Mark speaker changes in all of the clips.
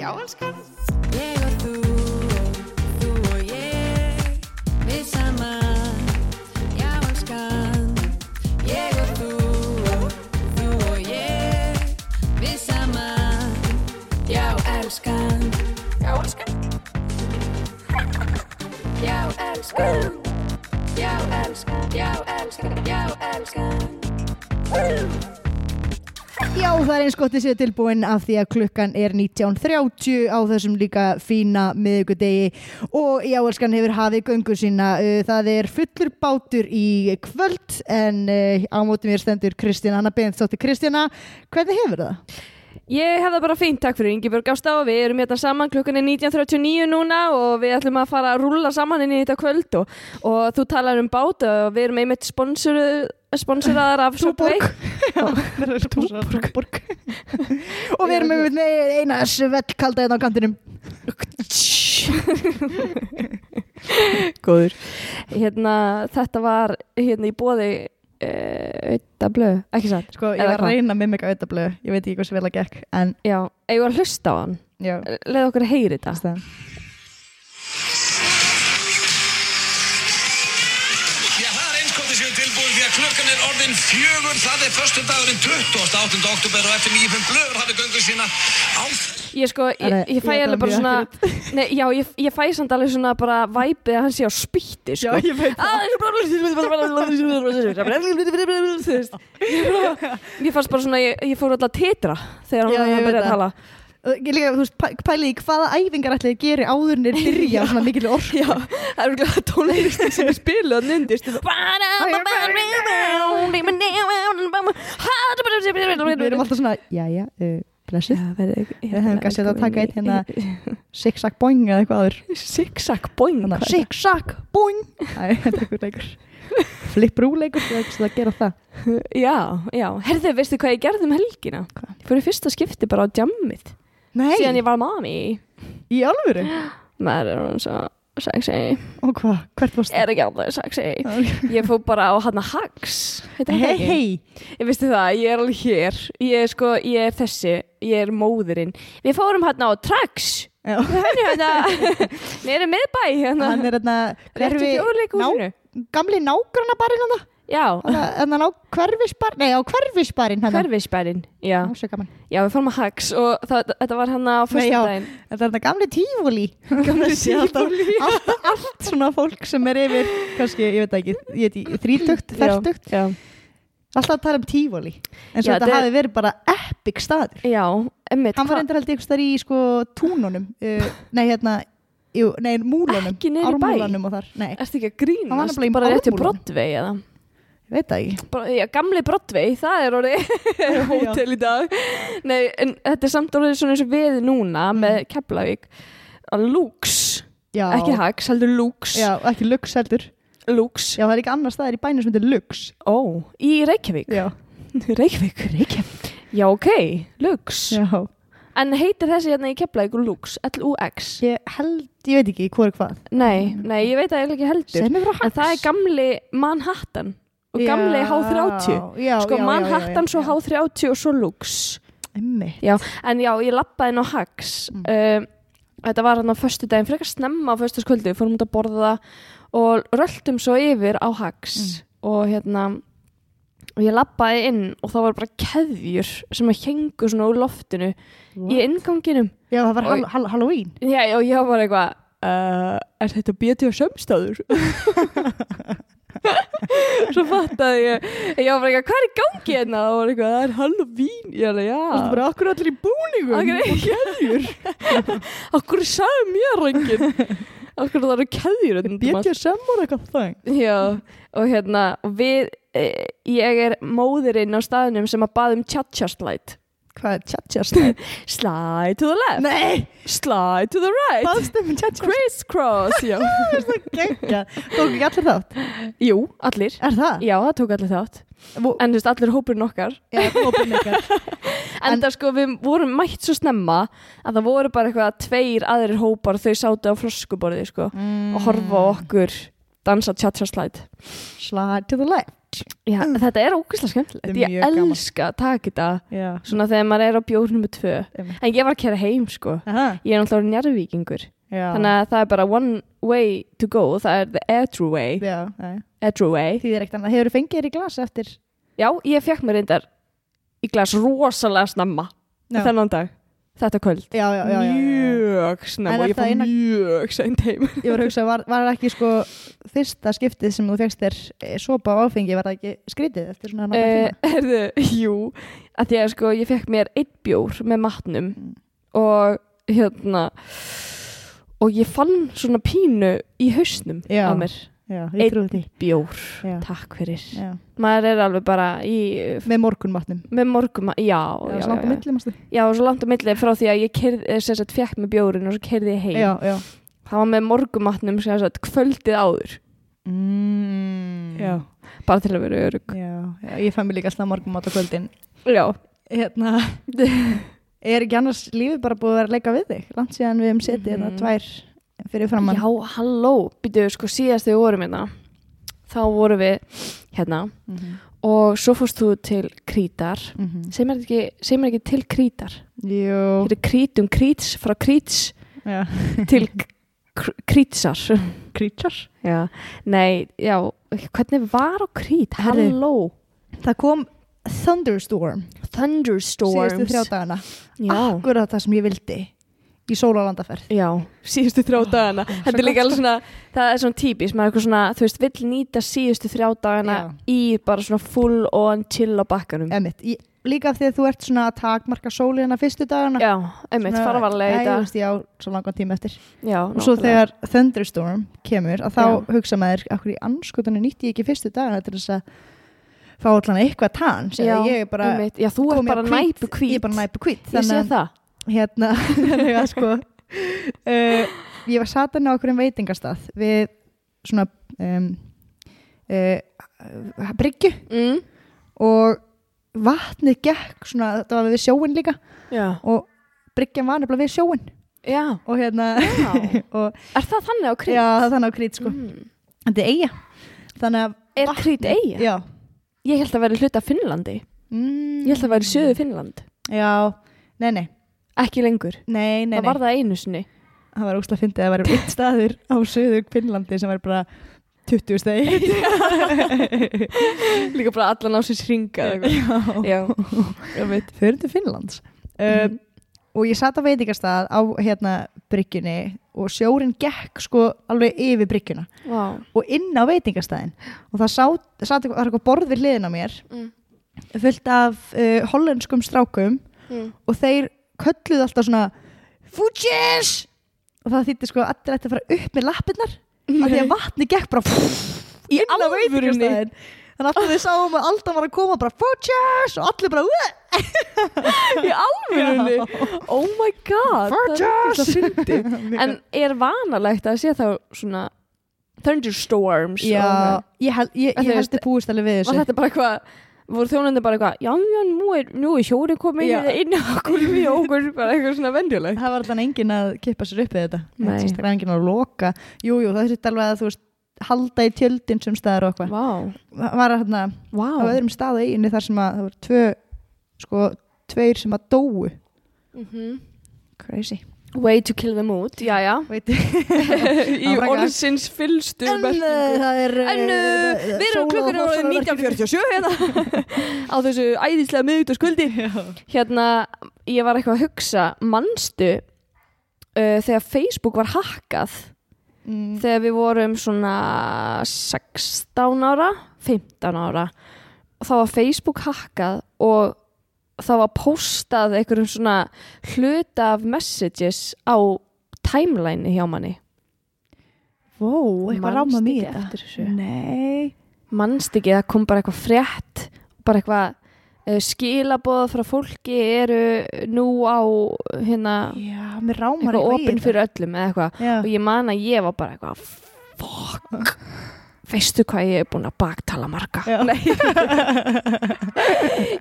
Speaker 1: Já, elskan.
Speaker 2: Ég og þú, þú og ég, við saman, já elskan. Ég og þú, þú og ég, við saman, já elskan. Já elskan. Já elskan. Já elskan, já elskan, já elskan.
Speaker 1: Já, það er eins gott að sé tilbúin af því að klukkan er 19.30 á þessum líka fína miðugudegi og já, elskan hefur hafið göngu sína. Uh, Það er fullur bátur í kvöld en uh, á móti mér stendur Kristín Anna Bensdóttir. Kristína, hvernig hefur það?
Speaker 3: Ég hef það bara fínt, takk fyrir Ingeborg Ástá og við erum hérna saman, klukkan er 19.39 núna og við ætlum að fara að rúlla saman inn í þetta kvöld og, og þú talar um bát og við erum einmitt sponsoruð sponsoraðar af Subway
Speaker 1: Túborg. Túborg. og við erum með- með eina svellkalda hérna á kantinum.
Speaker 4: Góður.
Speaker 3: hérna, þetta var hérna í eh, bóði auðvitað blöð, ekki satt
Speaker 1: Sko, ég
Speaker 3: Eða
Speaker 1: var að
Speaker 3: hvað?
Speaker 1: reyna með mig auðablöðu. Ég veit ekki hversu vel að gekk, en
Speaker 3: já, eigum við að hlusta á hann
Speaker 1: já,
Speaker 3: leið okkur að heyri þetta
Speaker 1: ástæðan.
Speaker 5: Já, það er einskotið séu tilbúin því að klukkan er orðin fjögur, það er förstu dagurinn 28. oktober og eftir nýjum blöður hafið göngu sína á...
Speaker 3: Ég sko, ég,
Speaker 1: Nei,
Speaker 3: ég fæ
Speaker 1: ég
Speaker 3: alveg bara
Speaker 1: þetta
Speaker 3: svona
Speaker 1: mjög
Speaker 3: Nei, já, ég, ég fæ samt alveg svona bara væpið að hann sé á spýtti sko.
Speaker 1: Já, ég veit
Speaker 3: það Þú veist, Ég bara- ég fannst bara svona, ég, ég fór alltaf að titra
Speaker 1: Já,
Speaker 3: þegar hann
Speaker 1: ég
Speaker 3: hann
Speaker 1: veit
Speaker 3: byrjaði að
Speaker 1: það.
Speaker 3: tala
Speaker 1: Og Ég líka, þú veist, pæ- pælið í hvaða æfingar ætlaði að gera áður en þeir byrja á svona mikil orð.
Speaker 3: Já, það eru glæða tónlist sem er spiluð að nundist
Speaker 1: Við
Speaker 3: Við
Speaker 1: erum alltaf svona, jæja, uh, blessið. Við hefum kannski að taka eitt hérna zigzag boing eða eitthvað áður.
Speaker 3: Zigzag boing
Speaker 1: Þannig að
Speaker 3: hvað er það?
Speaker 1: zigzag boing. Æ, þetta er einhver leikur. Flip rúleikur, það er ekki svo að gera það.
Speaker 3: Já, já, herðu, veistu hvað ég gerði um helgina?
Speaker 1: Hvað?
Speaker 3: Ég fór í fyrsta skipti bara á jammið
Speaker 1: Nei,
Speaker 3: síðan ég var mami
Speaker 1: í alvöru?
Speaker 3: maður er hún svo sexy
Speaker 1: Og hvað, hvert varst
Speaker 3: er ekki alveg sexy
Speaker 1: það?
Speaker 3: ég fór bara á hann að hags
Speaker 1: Hei, hei.
Speaker 3: ég veistu það, ég er alveg hér ég er sko, ég er þessi, ég er móðurinn við fórum hann á Trax
Speaker 1: Já.
Speaker 3: henni hérna nýri miðbæ hérna
Speaker 1: Hann er þarna,
Speaker 3: Réttu
Speaker 1: ná,
Speaker 3: þjóðleikhúsinu.
Speaker 1: gamli nágrannabarinn hérna? hann hérna. það?
Speaker 3: já,
Speaker 1: Þannig að ná hverfisbarinn, nei, á hverfisbarinn hann það.
Speaker 3: hverfisbærin já.
Speaker 1: Svo gaman.
Speaker 3: já, við fórum á Hags og það, þetta var hann á
Speaker 1: Nei, já,
Speaker 3: fyrstudaginn
Speaker 1: þetta er þetta gamli tífúli Gamli tífúli allt, allt svona fólk sem er yfir kannski, ég veit það ekki, ég veit ekki þrítugt, fertugt,
Speaker 3: já,
Speaker 1: alltaf að tala um tífúli En svo
Speaker 3: Já,
Speaker 1: þetta
Speaker 3: þetta er-
Speaker 1: hafi verið bara epic staður
Speaker 3: já, emmitt
Speaker 1: Hann var endur held ég einhvers þar í sko túnunum uh, Nei, hérna, jú, nei, múlunum
Speaker 3: Ekki niður í bæ?
Speaker 1: Ármúlanum og þar, nei,
Speaker 3: ertu ekki að
Speaker 1: Hann var
Speaker 3: grínast
Speaker 1: nefnilega í
Speaker 3: bara rétti
Speaker 1: Ármúlanum.
Speaker 3: Broadway eða
Speaker 1: ég veit það ekki
Speaker 3: Bro- Já, gamli Broadway, það er orðið hótel í dag Nei, en þetta er samt orðið svona eins og við núna með Keflavík að Lux,
Speaker 1: Mm. Já,
Speaker 3: ekki Hags, heldur Lux
Speaker 1: Já, og ekki lux heldur
Speaker 3: Lux,
Speaker 1: Já, það er ekki annar staðar í bænum sem heitir lux
Speaker 3: ó, í Reykjavík
Speaker 1: Já,
Speaker 3: Reykjavík, Reykjavík Já, ok, Lux
Speaker 1: já
Speaker 3: En heitir þessi hérna í Keflavík Lux, L-U-X
Speaker 1: Ég held, ég veit ekki hvor er hvað
Speaker 3: Nei, nei, ég veit að ég er ekki heldur
Speaker 1: Segðu mér frá
Speaker 3: En það
Speaker 1: Hags.
Speaker 3: er gamli Manhattan og gamli H30
Speaker 1: já,
Speaker 3: Sko
Speaker 1: já, já, já,
Speaker 3: Manhattan,
Speaker 1: já,
Speaker 3: svo
Speaker 1: já.
Speaker 3: H30 og svo Lux
Speaker 1: Einmitt.
Speaker 3: Já, en já, ég lappaði inn á Hags um, Þetta var hann á föstu daginn frekar snemma á föstu skvöldu, fórum út að borða og röltum svo yfir á Hags og hérna og ég lappaði inn og það var bara keðjur sem að hengu svona úr loftinu í innganginum
Speaker 1: Já, það var
Speaker 3: Og-
Speaker 1: hall hall Halloween
Speaker 3: Já, já, ég var bara eitthvað uh, Er þetta BT og sömstæður? Svo fattaði ég Ég var bara eitthvað, hvað er í gangi hérna? Það var eitthvað, það er Halloween Ég alveg,
Speaker 1: Það
Speaker 3: já
Speaker 1: bara okkur allir í búningum
Speaker 3: Akkur er um- keðjur Akkur sagði mér enginn Akkur það eru keðjur hérna út um allt.
Speaker 1: BDSM var eitthvað þang
Speaker 3: Já, og hérna og Við, e, ég er móðurinn á staðnum sem að baða um cha-cha slide
Speaker 1: Hvað er tjatja slæð?
Speaker 3: Slide to the left
Speaker 1: Nei,
Speaker 3: Slide to the right
Speaker 1: baðstum með tjatja slæð
Speaker 3: Crisscross, já
Speaker 1: Gengja, tók ekki allir þátt
Speaker 3: Jú, allir
Speaker 1: Er það?
Speaker 3: Já, það tók allir þátt
Speaker 1: Vó-
Speaker 3: En þú veist, allir hópurinn okkar
Speaker 1: Já, hópin ykkar
Speaker 3: En það sko, við vorum mætt svo snemma að það voru bara eitthvað tveir aðrir hópar þau sátu á
Speaker 1: Mm.
Speaker 3: Mm. flöskuborði, sko og horfa á okkur dansa tjatsa slæt
Speaker 1: Slide to the left
Speaker 3: Já,
Speaker 1: Mm.
Speaker 3: þetta er ógeðslega skemmtilegt.
Speaker 4: Þetta er
Speaker 3: Ég
Speaker 4: mjög gaman.
Speaker 3: elska að taka þetta
Speaker 4: Já.
Speaker 3: svona þegar maður er á bjór nummer tvö.
Speaker 4: Einmitt.
Speaker 3: En ég var að kæra heim, sko.
Speaker 4: Aha,
Speaker 3: Ég er náttúrulega njárvíkingur.
Speaker 4: já.
Speaker 3: Þannig að það er bara one way to go. Það er the edru way.
Speaker 4: Já, nei.
Speaker 3: Edru way.
Speaker 1: Því þér ekkert annað, hefur fengið þér í glas eftir
Speaker 3: Já, ég fekk mér reyndar í glas rosalega snemma
Speaker 4: Já.
Speaker 3: þennan dag. Þetta kvöld.
Speaker 1: Já, já, já, já, já.
Speaker 3: Mjög
Speaker 1: En
Speaker 3: snemma og
Speaker 1: er
Speaker 3: ég fór
Speaker 1: það eina-
Speaker 3: mjög seint heim.
Speaker 1: Ég var að hugsa, var, var það ekki sko fyrsta skiptið sem þú fegst þér eh, sopa á áfengi, var það ekki skrítið eftir svona náttúrulega
Speaker 3: Eh,
Speaker 1: tíma?
Speaker 3: Herðu, jú að því að sko ég fekk mér einn bjór með matnum
Speaker 1: Mm.
Speaker 3: og hérna og ég fann svona pínu í hausnum
Speaker 4: Já.
Speaker 3: á mér
Speaker 4: Já,
Speaker 3: Einn.
Speaker 4: ég trúi því.
Speaker 3: bjór,
Speaker 4: Já.
Speaker 3: takk fyrir
Speaker 4: Já.
Speaker 3: maður er alveg bara í
Speaker 1: Með morgunmatnum.
Speaker 3: með morgum, já, já,
Speaker 1: Já,
Speaker 3: já,
Speaker 1: slant á
Speaker 3: já.
Speaker 1: milli, mástu?
Speaker 3: já, og svo langt á milli frá því að ég kerði, sem sagt, fekk með bjórin og svo kerði ég heim
Speaker 1: Já, já.
Speaker 3: það var með morgumatnum sem sagt kvöldið áður
Speaker 1: Mm.
Speaker 4: Já,
Speaker 3: bara til að vera örug
Speaker 4: já.
Speaker 1: já. Ég fæ mér líka slæða morgunmat á kvöldin.
Speaker 3: já,
Speaker 1: Hérna, er ekki annars lífið bara búið að vera að leika við þig? Langt síðan við um setið mm
Speaker 3: Mhm.
Speaker 1: tvær fyrir framann.
Speaker 3: Já, halló, býtu, sko síðast þegar við vorum hérna þá vorum við hérna
Speaker 1: Mhm.
Speaker 3: og svo fórst þú til Krítar
Speaker 1: Mm -hmm.
Speaker 3: segir maður ekki, segir maður ekki til Krítar
Speaker 1: Jú.
Speaker 3: þetta er Krítum Kríts frá Kríts
Speaker 1: Já.
Speaker 3: til Kr- Krítsar
Speaker 4: Creature.
Speaker 3: Já, nei, já hvernig var á Krít,
Speaker 1: Herri.
Speaker 3: halló
Speaker 1: Það kom Thunderstorm
Speaker 3: Thunderstorms
Speaker 1: síðustu þrjá dagana.
Speaker 3: Já,
Speaker 1: Akkurat það sem ég vildi í sólalandaferð.
Speaker 3: já síðustu þrjá
Speaker 1: Ah,
Speaker 3: dagana þetta er líka alveg svona, það er svona típis maður er eitthvað svona, þú veist, vill nýta síðustu þrjá dagana í bara svona full on chill á bakkanum
Speaker 1: Emitt, ég, líka af því að þú ert svona að takmarka sólina fyrstu dagana.
Speaker 3: Já, einmitt, fara varlega í
Speaker 1: þetta.
Speaker 3: dag.
Speaker 1: Já, svo langan tíma eftir.
Speaker 3: Já,
Speaker 1: Og svo
Speaker 3: nákvæmlega.
Speaker 1: þegar Thunderstorm kemur að þá
Speaker 3: Já.
Speaker 1: hugsa maður, akkur í anskotunni nýtti ég ekki fyrstu dagana til þess að fá allan eitthvað tann sem
Speaker 3: Já,
Speaker 1: ég er bara
Speaker 3: einmitt. Já, þú
Speaker 1: komin
Speaker 3: ert bara
Speaker 1: á hvít-
Speaker 3: næpu kvít
Speaker 1: Ég er bara næpu kvít.
Speaker 3: Ég sé
Speaker 1: Þannig
Speaker 3: það
Speaker 1: að hérna, þannig að sko uh, ég var satan á okkur um veitingastað við svona um, uh, bryggju
Speaker 3: mm.
Speaker 1: og vatnið gekk svona, þetta var við sjóin líka
Speaker 3: Já,
Speaker 1: og bryggjan var nefnilega við sjóin
Speaker 3: já
Speaker 1: og hérna og,
Speaker 3: Er það þannig á krít?
Speaker 1: já, það er þannig á krít sko
Speaker 3: Mm.
Speaker 1: þetta er eiga þannig að
Speaker 3: Er krít eiga?
Speaker 1: Mm, já.
Speaker 3: Ég held að vera hluta af Finnlandi
Speaker 1: Mm,
Speaker 3: Ég held að vera söðu Finnland
Speaker 1: já, nei, nei,
Speaker 3: Ekki lengur
Speaker 1: nei, nei, nei.
Speaker 3: Það var það einu sinni
Speaker 1: það var óslega fyndið að það væri einn staður á söður Finnlandi sem var bara 20 stegi
Speaker 3: Líka bara allan á sér hringa Já, ég veit Mhm.
Speaker 1: fyrir til Finnlands uh, og ég satt á veitingastað á hérna bryggjunni og sjórin gekk sko alveg yfir bryggjuna
Speaker 3: Vá
Speaker 1: og inn á veitingastæðin og það sat, sat eitthvað, það var eitthvað borð við hliðin á mér
Speaker 3: Mm.
Speaker 1: fullt af uh, hollenskum strákum
Speaker 3: Mm.
Speaker 1: og þeir kölluðu alltaf svona Fugis! og það þýtti sko að allir ætti að fara upp með lappirnar af því að vatni gekk bara
Speaker 3: Í
Speaker 1: inn á
Speaker 3: alvörunni?
Speaker 1: veitingastæðin þannig að alltaf við sáum að alltaf var að koma bara Fugis! og allir bara "Ugh!"
Speaker 3: Í alvörunni Oh my god
Speaker 1: Virtus!
Speaker 3: Það er það fyndi En er vanalegt að sé þá svona Thunderstorms
Speaker 1: Já,
Speaker 3: og-
Speaker 1: ég, held, ég,
Speaker 3: En
Speaker 1: ég
Speaker 3: þú veist-
Speaker 1: held þið búist alveg við
Speaker 3: Var
Speaker 1: þessu
Speaker 3: þetta bara eitthvað voru þjónandi bara eitthvað, já, já, nú er, nú er sjóri komin
Speaker 1: Já.
Speaker 3: já. inn á gólfi og okkur bara eitthvað svona vendjulegt.
Speaker 1: Það var alltaf engin að kippa sér upp við þetta
Speaker 3: Nei.
Speaker 1: Það var engin að loka Jú, jú, það þurfti alveg að þú veist halda í tjöldin sem staðar og eitthvað
Speaker 3: Vá,
Speaker 1: Það var hérna
Speaker 3: vá,
Speaker 1: á öðrum stað á einu þar sem að það voru tvö sko, tveir sem að dóu
Speaker 3: Mhm.
Speaker 1: Crazy
Speaker 3: way to kill them out, já, já,
Speaker 1: Veit
Speaker 3: í
Speaker 1: frekar.
Speaker 3: orðsins fylstu
Speaker 1: En uh, það er uh,
Speaker 3: En uh,
Speaker 1: það-
Speaker 3: við erum
Speaker 1: sól
Speaker 3: klukkan
Speaker 1: og
Speaker 3: árið
Speaker 1: hrossar og
Speaker 3: 1947 hérna á þessu æðislega miðugtaskvöldi Hérna, ég var eitthvað að hugsa manstu uh, þegar Facebook var hakkað
Speaker 1: Mm,
Speaker 3: þegar við vorum svona 16 ára 15 ára þá var Facebook hakkað og þá var postað einhverjum svona hluta af messages á timeline hjá manni
Speaker 1: Vó, eitthvað
Speaker 3: Manstu
Speaker 1: ráma
Speaker 3: ekki
Speaker 1: mér
Speaker 3: eftir þessu?
Speaker 1: Nei
Speaker 3: mannst ekki, það kom bara eitthvað frétt bara eitthvað uh, skilaboð frá fólki eru nú á hérna
Speaker 1: Já, mér rámar
Speaker 3: eitthvað
Speaker 1: í
Speaker 3: opinn
Speaker 1: þetta.
Speaker 3: fyrir öllum eða eitthvað
Speaker 1: Já.
Speaker 3: og ég man að ég var bara eitthvað fuck veistu hvað ég er búin að baktala marga
Speaker 1: Já.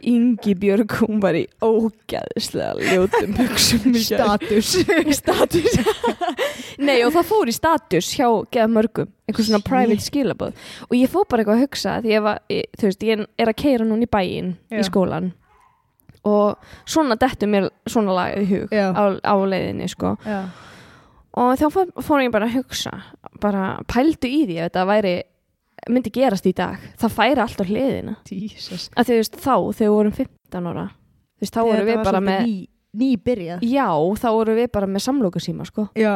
Speaker 3: Ingi Björg hún var í ógæðislega ljótum buksum í gær.
Speaker 1: Status
Speaker 3: status Nei og það fór í status hjá geða mörgum einhver svona private skilabóð og ég fór bara eitthvað að hugsa því ég var, ég, þú veist, ég er að keira núna í bæinn
Speaker 1: Já.
Speaker 3: í skólan og svona dettu mér svona lagið í hug
Speaker 1: Já.
Speaker 3: á, á leiðinni sko
Speaker 1: Já.
Speaker 3: og þá fór, fór ég bara að hugsa bara pældu í því að þetta væri myndi gerast í dag, það færi alltaf hliðina
Speaker 1: Jesus.
Speaker 3: að því þú veist þá þegar við vorum 15 ára þú veist þá vorum við bara með
Speaker 1: Ný, ný byrjað.
Speaker 3: já þá vorum við bara með samlókusíma sko
Speaker 1: Já.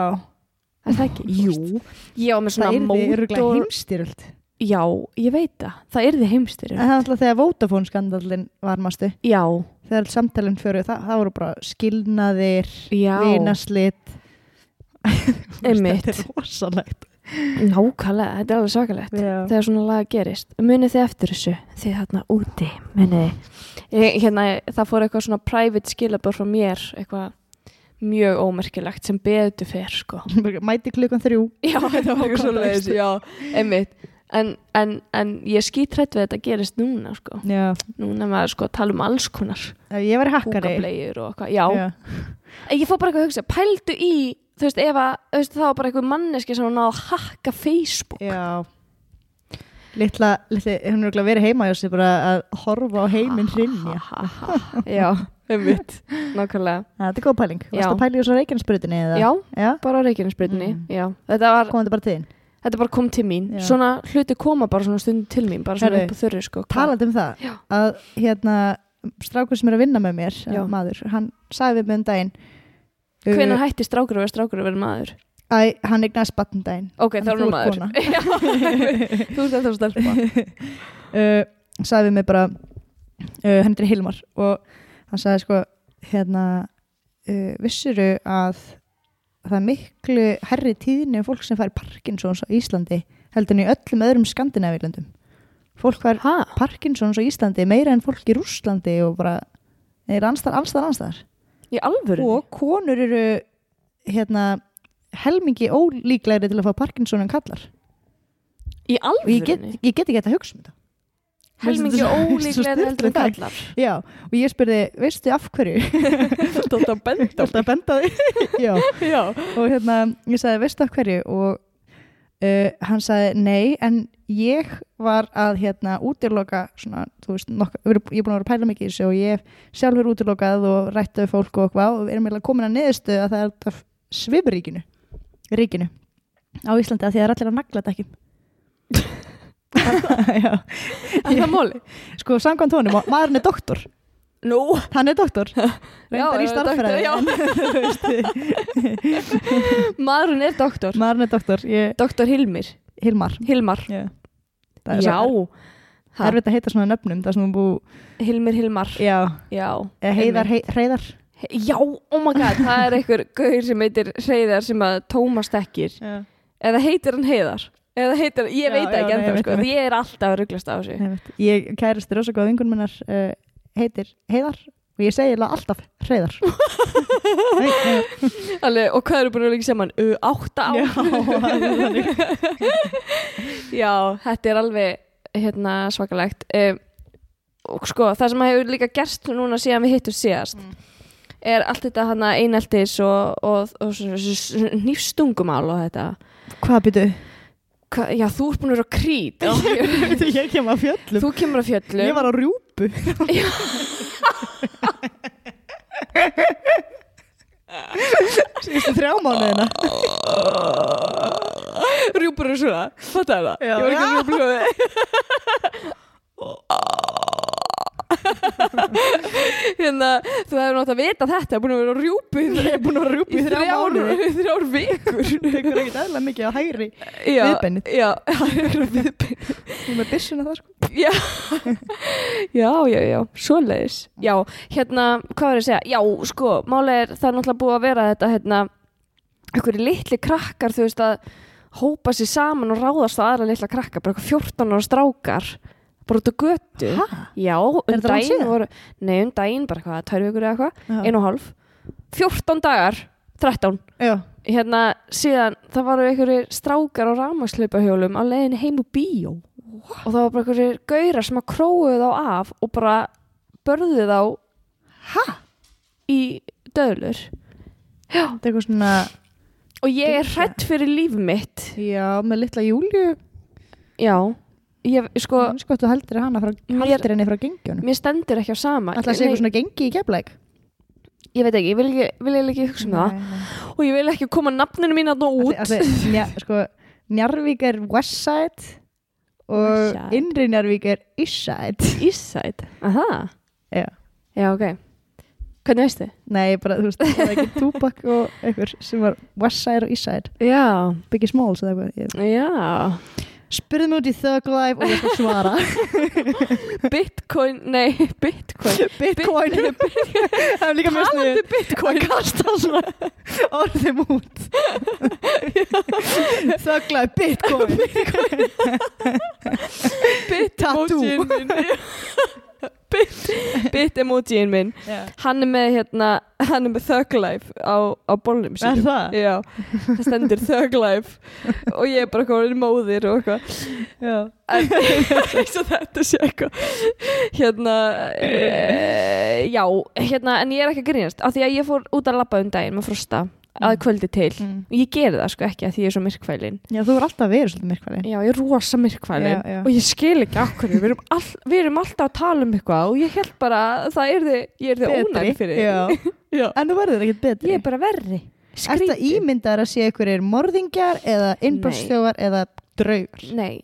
Speaker 3: Er það ekki? Jú, ég var með
Speaker 1: Það
Speaker 3: svona
Speaker 1: er því
Speaker 3: mót
Speaker 1: öruglega
Speaker 3: og...
Speaker 1: heimstyröld.
Speaker 3: Já, ég veit það. Það er því heimstyrjum.
Speaker 1: En það er alltaf þegar Vodafone skandallin var mastu.
Speaker 3: Já,
Speaker 1: Þegar öll samtalen fyrir það, það voru bara skilnaðir,
Speaker 3: já,
Speaker 1: vinaslit.
Speaker 3: einmitt.
Speaker 1: Þetta er rosalegt.
Speaker 3: Nákvæmlega, þetta er alveg svakalegt.
Speaker 1: Já.
Speaker 3: Þegar svona laga gerist. Munið þið eftir þessu? Þið þarna úti, munið þið. Ég- Hérna, það fór eitthvað svona private skilabör frá mér, eitthvað mjög ómerkilegt sem beðutu fer, sko.
Speaker 1: Mæti klukkan þrjú.
Speaker 3: Já, þetta var eitthvað
Speaker 1: Nákvæmlega.
Speaker 3: svo leiðis, já, einmitt. En, en, en ég skítrætt við að þetta gerist núna, sko.
Speaker 1: Já.
Speaker 3: Núna er maður sko að tala um alls konar
Speaker 1: Ef ég væri hakkari.
Speaker 3: húkableir og eitthvað. Já,
Speaker 1: Já.
Speaker 3: Ég fór bara eitthvað að hugsa, pældu í þú veist, ef að, þú veist, það var bara eitthvað manneski sem hún náði að hakka Facebook
Speaker 1: Já Litla, litli, hún er örugglega verið heima hjá sig bara að horfa á heiminn hrinja
Speaker 3: Já, einmitt, nákvæmlega
Speaker 1: Þetta er góð pæling, varst
Speaker 3: Já.
Speaker 1: að pæla í þessu reikinarsbrutinni eða?
Speaker 3: Já,
Speaker 1: Já,
Speaker 3: bara á reikinnsbrytinni, já þetta, var,
Speaker 1: komum þetta bara til þín
Speaker 3: þetta bara kom til mín
Speaker 1: Já.
Speaker 3: Svona hluti koma bara svona stundum til mín bara svona
Speaker 1: Herðu,
Speaker 3: upp á þurru, sko hvað-
Speaker 1: Talandi um það,
Speaker 3: Já.
Speaker 1: að hérna strákur sem er að vinna með mér,
Speaker 3: Já.
Speaker 1: maður hann sagði við mig um daginn uh,
Speaker 3: Hvenær hætti strákur að vera strákur að vera maður?
Speaker 1: Æ, hann um eignaði spattn daginn
Speaker 3: Ok,
Speaker 1: En
Speaker 3: þá
Speaker 1: þú
Speaker 3: erum
Speaker 1: ert
Speaker 3: maður Já, Þú ert eftir að stelpa
Speaker 1: uh, sagði við mig bara uh, hendur Hilmar og hann sagði sko hérna uh, vissuru að það er miklu herri tíðinni um fólk sem fær Parkinsons á Íslandi heldur en í öllum öðrum skandinavílandum fólk fær
Speaker 3: Ha?
Speaker 1: Parkinsons á Íslandi meira en fólk í Rúslandi og bara er anstar, allstar, allstar
Speaker 3: Í alvöru?
Speaker 1: og konur eru hérna helmingi ólíklegri til að fá Parkinson en kallar
Speaker 3: Í
Speaker 1: og ég get,
Speaker 3: alvöru?
Speaker 1: ég get ekki þetta að hugsa um þetta
Speaker 3: Helmingi
Speaker 1: Svo- svo
Speaker 3: ólíklega heldur en
Speaker 1: sturlað.
Speaker 3: kallar
Speaker 1: Já, og ég spurði, veistu af hverju?
Speaker 3: Þetta benda
Speaker 1: Alltaf að benda á því Já,
Speaker 3: Já
Speaker 1: og hérna, ég sagði, veistu af hverju? Og uh, hann sagði, nei, en ég var að hérna útiloka svona, þú veist, nokka, við erum- ég er búin að vera að pæla mikið í þessu og ég hef sjálfur útilokað og rættaði fólk og hvað og við erum eiginlega komin að neðustu að það er þetta svifríkinu, ríkinu á Íslandi að því að það er allir að nagla þetta ekki Já,
Speaker 3: Það er móli
Speaker 1: sko samkvæmt honum, ma- maðurinn er doktor
Speaker 3: Nú
Speaker 1: hann er doktor, reyndar í
Speaker 3: já,
Speaker 1: starffræði
Speaker 3: doktor, Maðurinn er doktor
Speaker 1: en maðurinn er doktor, ég,
Speaker 3: Doktor Hilmir,
Speaker 1: Hilmar
Speaker 3: Hilmar
Speaker 1: Já,
Speaker 3: Já
Speaker 1: Það er
Speaker 3: Ha,
Speaker 1: erfitt að heita svona nöfnum Það sem hún bú
Speaker 3: Hilmir Hilmar
Speaker 1: Já
Speaker 3: Já
Speaker 1: Eða heiðar, hei, heiðar
Speaker 3: He- Já, oh my god, það er einhver gaur sem heitir Heiðar sem að Tómas þekkir
Speaker 1: Já
Speaker 3: Eða heitir hann Heiðar Eða heitir,
Speaker 1: Já,
Speaker 3: ég veit
Speaker 1: já,
Speaker 3: það
Speaker 1: nei,
Speaker 3: ekki ennþá
Speaker 1: veit,
Speaker 3: sko
Speaker 1: veit.
Speaker 3: Því ég er alltaf að rugglast á þessu
Speaker 1: Ég kærist rosa góð vingun minnar uh, Heitir heiðar Og ég segi eiginlega alltaf heiðar Nei, eh, nei,
Speaker 3: Alveg, Og hvað eru búin að líka saman? Ö, átta á
Speaker 1: Já, það er þannig.
Speaker 3: Já, þetta er alveg hérna, svakalegt um, og sko, það sem hefur líka gerst núna síðan við hittum síðast er allt þetta hana eineltis og, og, og, og nýfstungumál og þetta
Speaker 1: Hvað byttu?
Speaker 3: Hva, Já, þú ert búin að vera á krít
Speaker 1: Ég kem að fjöllum
Speaker 3: Þú kemur á fjöllum
Speaker 1: Ég var á rjúpu Sýstu þrjá mánuðina
Speaker 3: Rjúpur er svona, fattu það
Speaker 1: Já.
Speaker 3: Ég var ekki að rjúpa hljóði Hérna, þú hefur nátt að vita þetta, búin að vera á rjúpu í
Speaker 1: Ég er búin að vera á rjúpu í þrjá mánuði
Speaker 3: í þrjár vikur
Speaker 1: Það tekur ekkert eðla mikið á hægri
Speaker 3: já,
Speaker 1: Viðbeinið.
Speaker 3: já, viðbeinið.
Speaker 1: Þú með byssuna það sko
Speaker 3: já, já, já, já svoleiðis, já, hérna hvað er ég að segja, já, sko, málega er það er náttúrulega búið að vera þetta, hérna einhverju litli krakkar, þú veist að hópa sér saman og ráðast á aðra litla krakka, bara eitthvað 14 ára strákar bara út á götu
Speaker 1: Hæ?
Speaker 3: já, um
Speaker 1: þetta langt
Speaker 3: daginn
Speaker 1: síðan?
Speaker 3: voru nei, um daginn, bara hvað, tvær vikur eða eitthvað
Speaker 1: Já.
Speaker 3: ein og hálf, 14 dagar 13
Speaker 1: Já
Speaker 3: hérna síðan það varu einhverjir strákar á rámaslaupahjólum á leiðinni heim úr bíó og það var bara einhverjir gaurar sem að króuðu þá af og bara börðu þá
Speaker 1: Hæ?
Speaker 3: í döðlur
Speaker 1: Þetta er eitthvað svona
Speaker 3: og ég er hrætt fyrir líf mitt
Speaker 1: Já, með litla Júliu
Speaker 3: já, ég, sko
Speaker 1: Hann sko að þú heldur hana frá,
Speaker 3: Mér-
Speaker 1: heldur henni frá gengjunum
Speaker 3: mér stendur ekki á sama
Speaker 1: Alltaf sé
Speaker 3: Nei,
Speaker 1: eitthvað svona gengi í keflæk
Speaker 3: ég veit ekki, ég vil ekki, vil ég ekki hugsa um það og ég vil ekki koma nafninu mín að nóg út
Speaker 1: Njá, sko, Njarvík er Westside og
Speaker 3: Westside.
Speaker 1: innri Njarvík er Eastside
Speaker 3: Ísæt, aha
Speaker 1: Já.
Speaker 3: já, ok hvernig veistu?
Speaker 1: Nei, bara, þú veist, það er ekki Tupac og einhver sem var Westside og Eastside
Speaker 3: já,
Speaker 1: Biggie Smalls eða eitthvað ég-
Speaker 3: já
Speaker 1: Spurðu mig út í Thug Life og ég skal svara
Speaker 3: bitcoin, nei, bitcoin
Speaker 1: Bitcoin Það er líka mjög sniður
Speaker 3: talandi bitcoin
Speaker 1: kasta svona orðum út Þöglaði bitcoin
Speaker 3: bit
Speaker 1: Tattoo.
Speaker 3: emojín minn bit, bit emojín minn hann er með hérna hann er með thug life á, á bollum
Speaker 1: Er
Speaker 3: sínum
Speaker 1: það?
Speaker 3: já, það stendur thug life og ég er bara komin móðir og eitthvað
Speaker 1: Já
Speaker 3: En- eins og þetta sé eitthvað hérna e, já, hérna en ég er ekki að grínast af því að ég fór út að labba um daginn með frosta að kvöldi til
Speaker 1: Mm.
Speaker 3: og ég geri það sko ekki af því ég er svo myrkvælin
Speaker 1: Já, þú er alltaf verið svolítið myrkvæli
Speaker 3: já, ég er rosa myrkvælin
Speaker 1: Já, já.
Speaker 3: og ég skil ekki af hverju, við erum, all, við erum alltaf að tala um eitthvað og ég held bara að það er þið, ég er þið ónæg fyrir
Speaker 1: Já
Speaker 3: Já.
Speaker 1: En þú verður ekkert betri
Speaker 3: ég er bara verri
Speaker 1: Er það ímyndar að sé ykkur er morðingjar eða innbrotstjófar eða draugur
Speaker 3: Nei,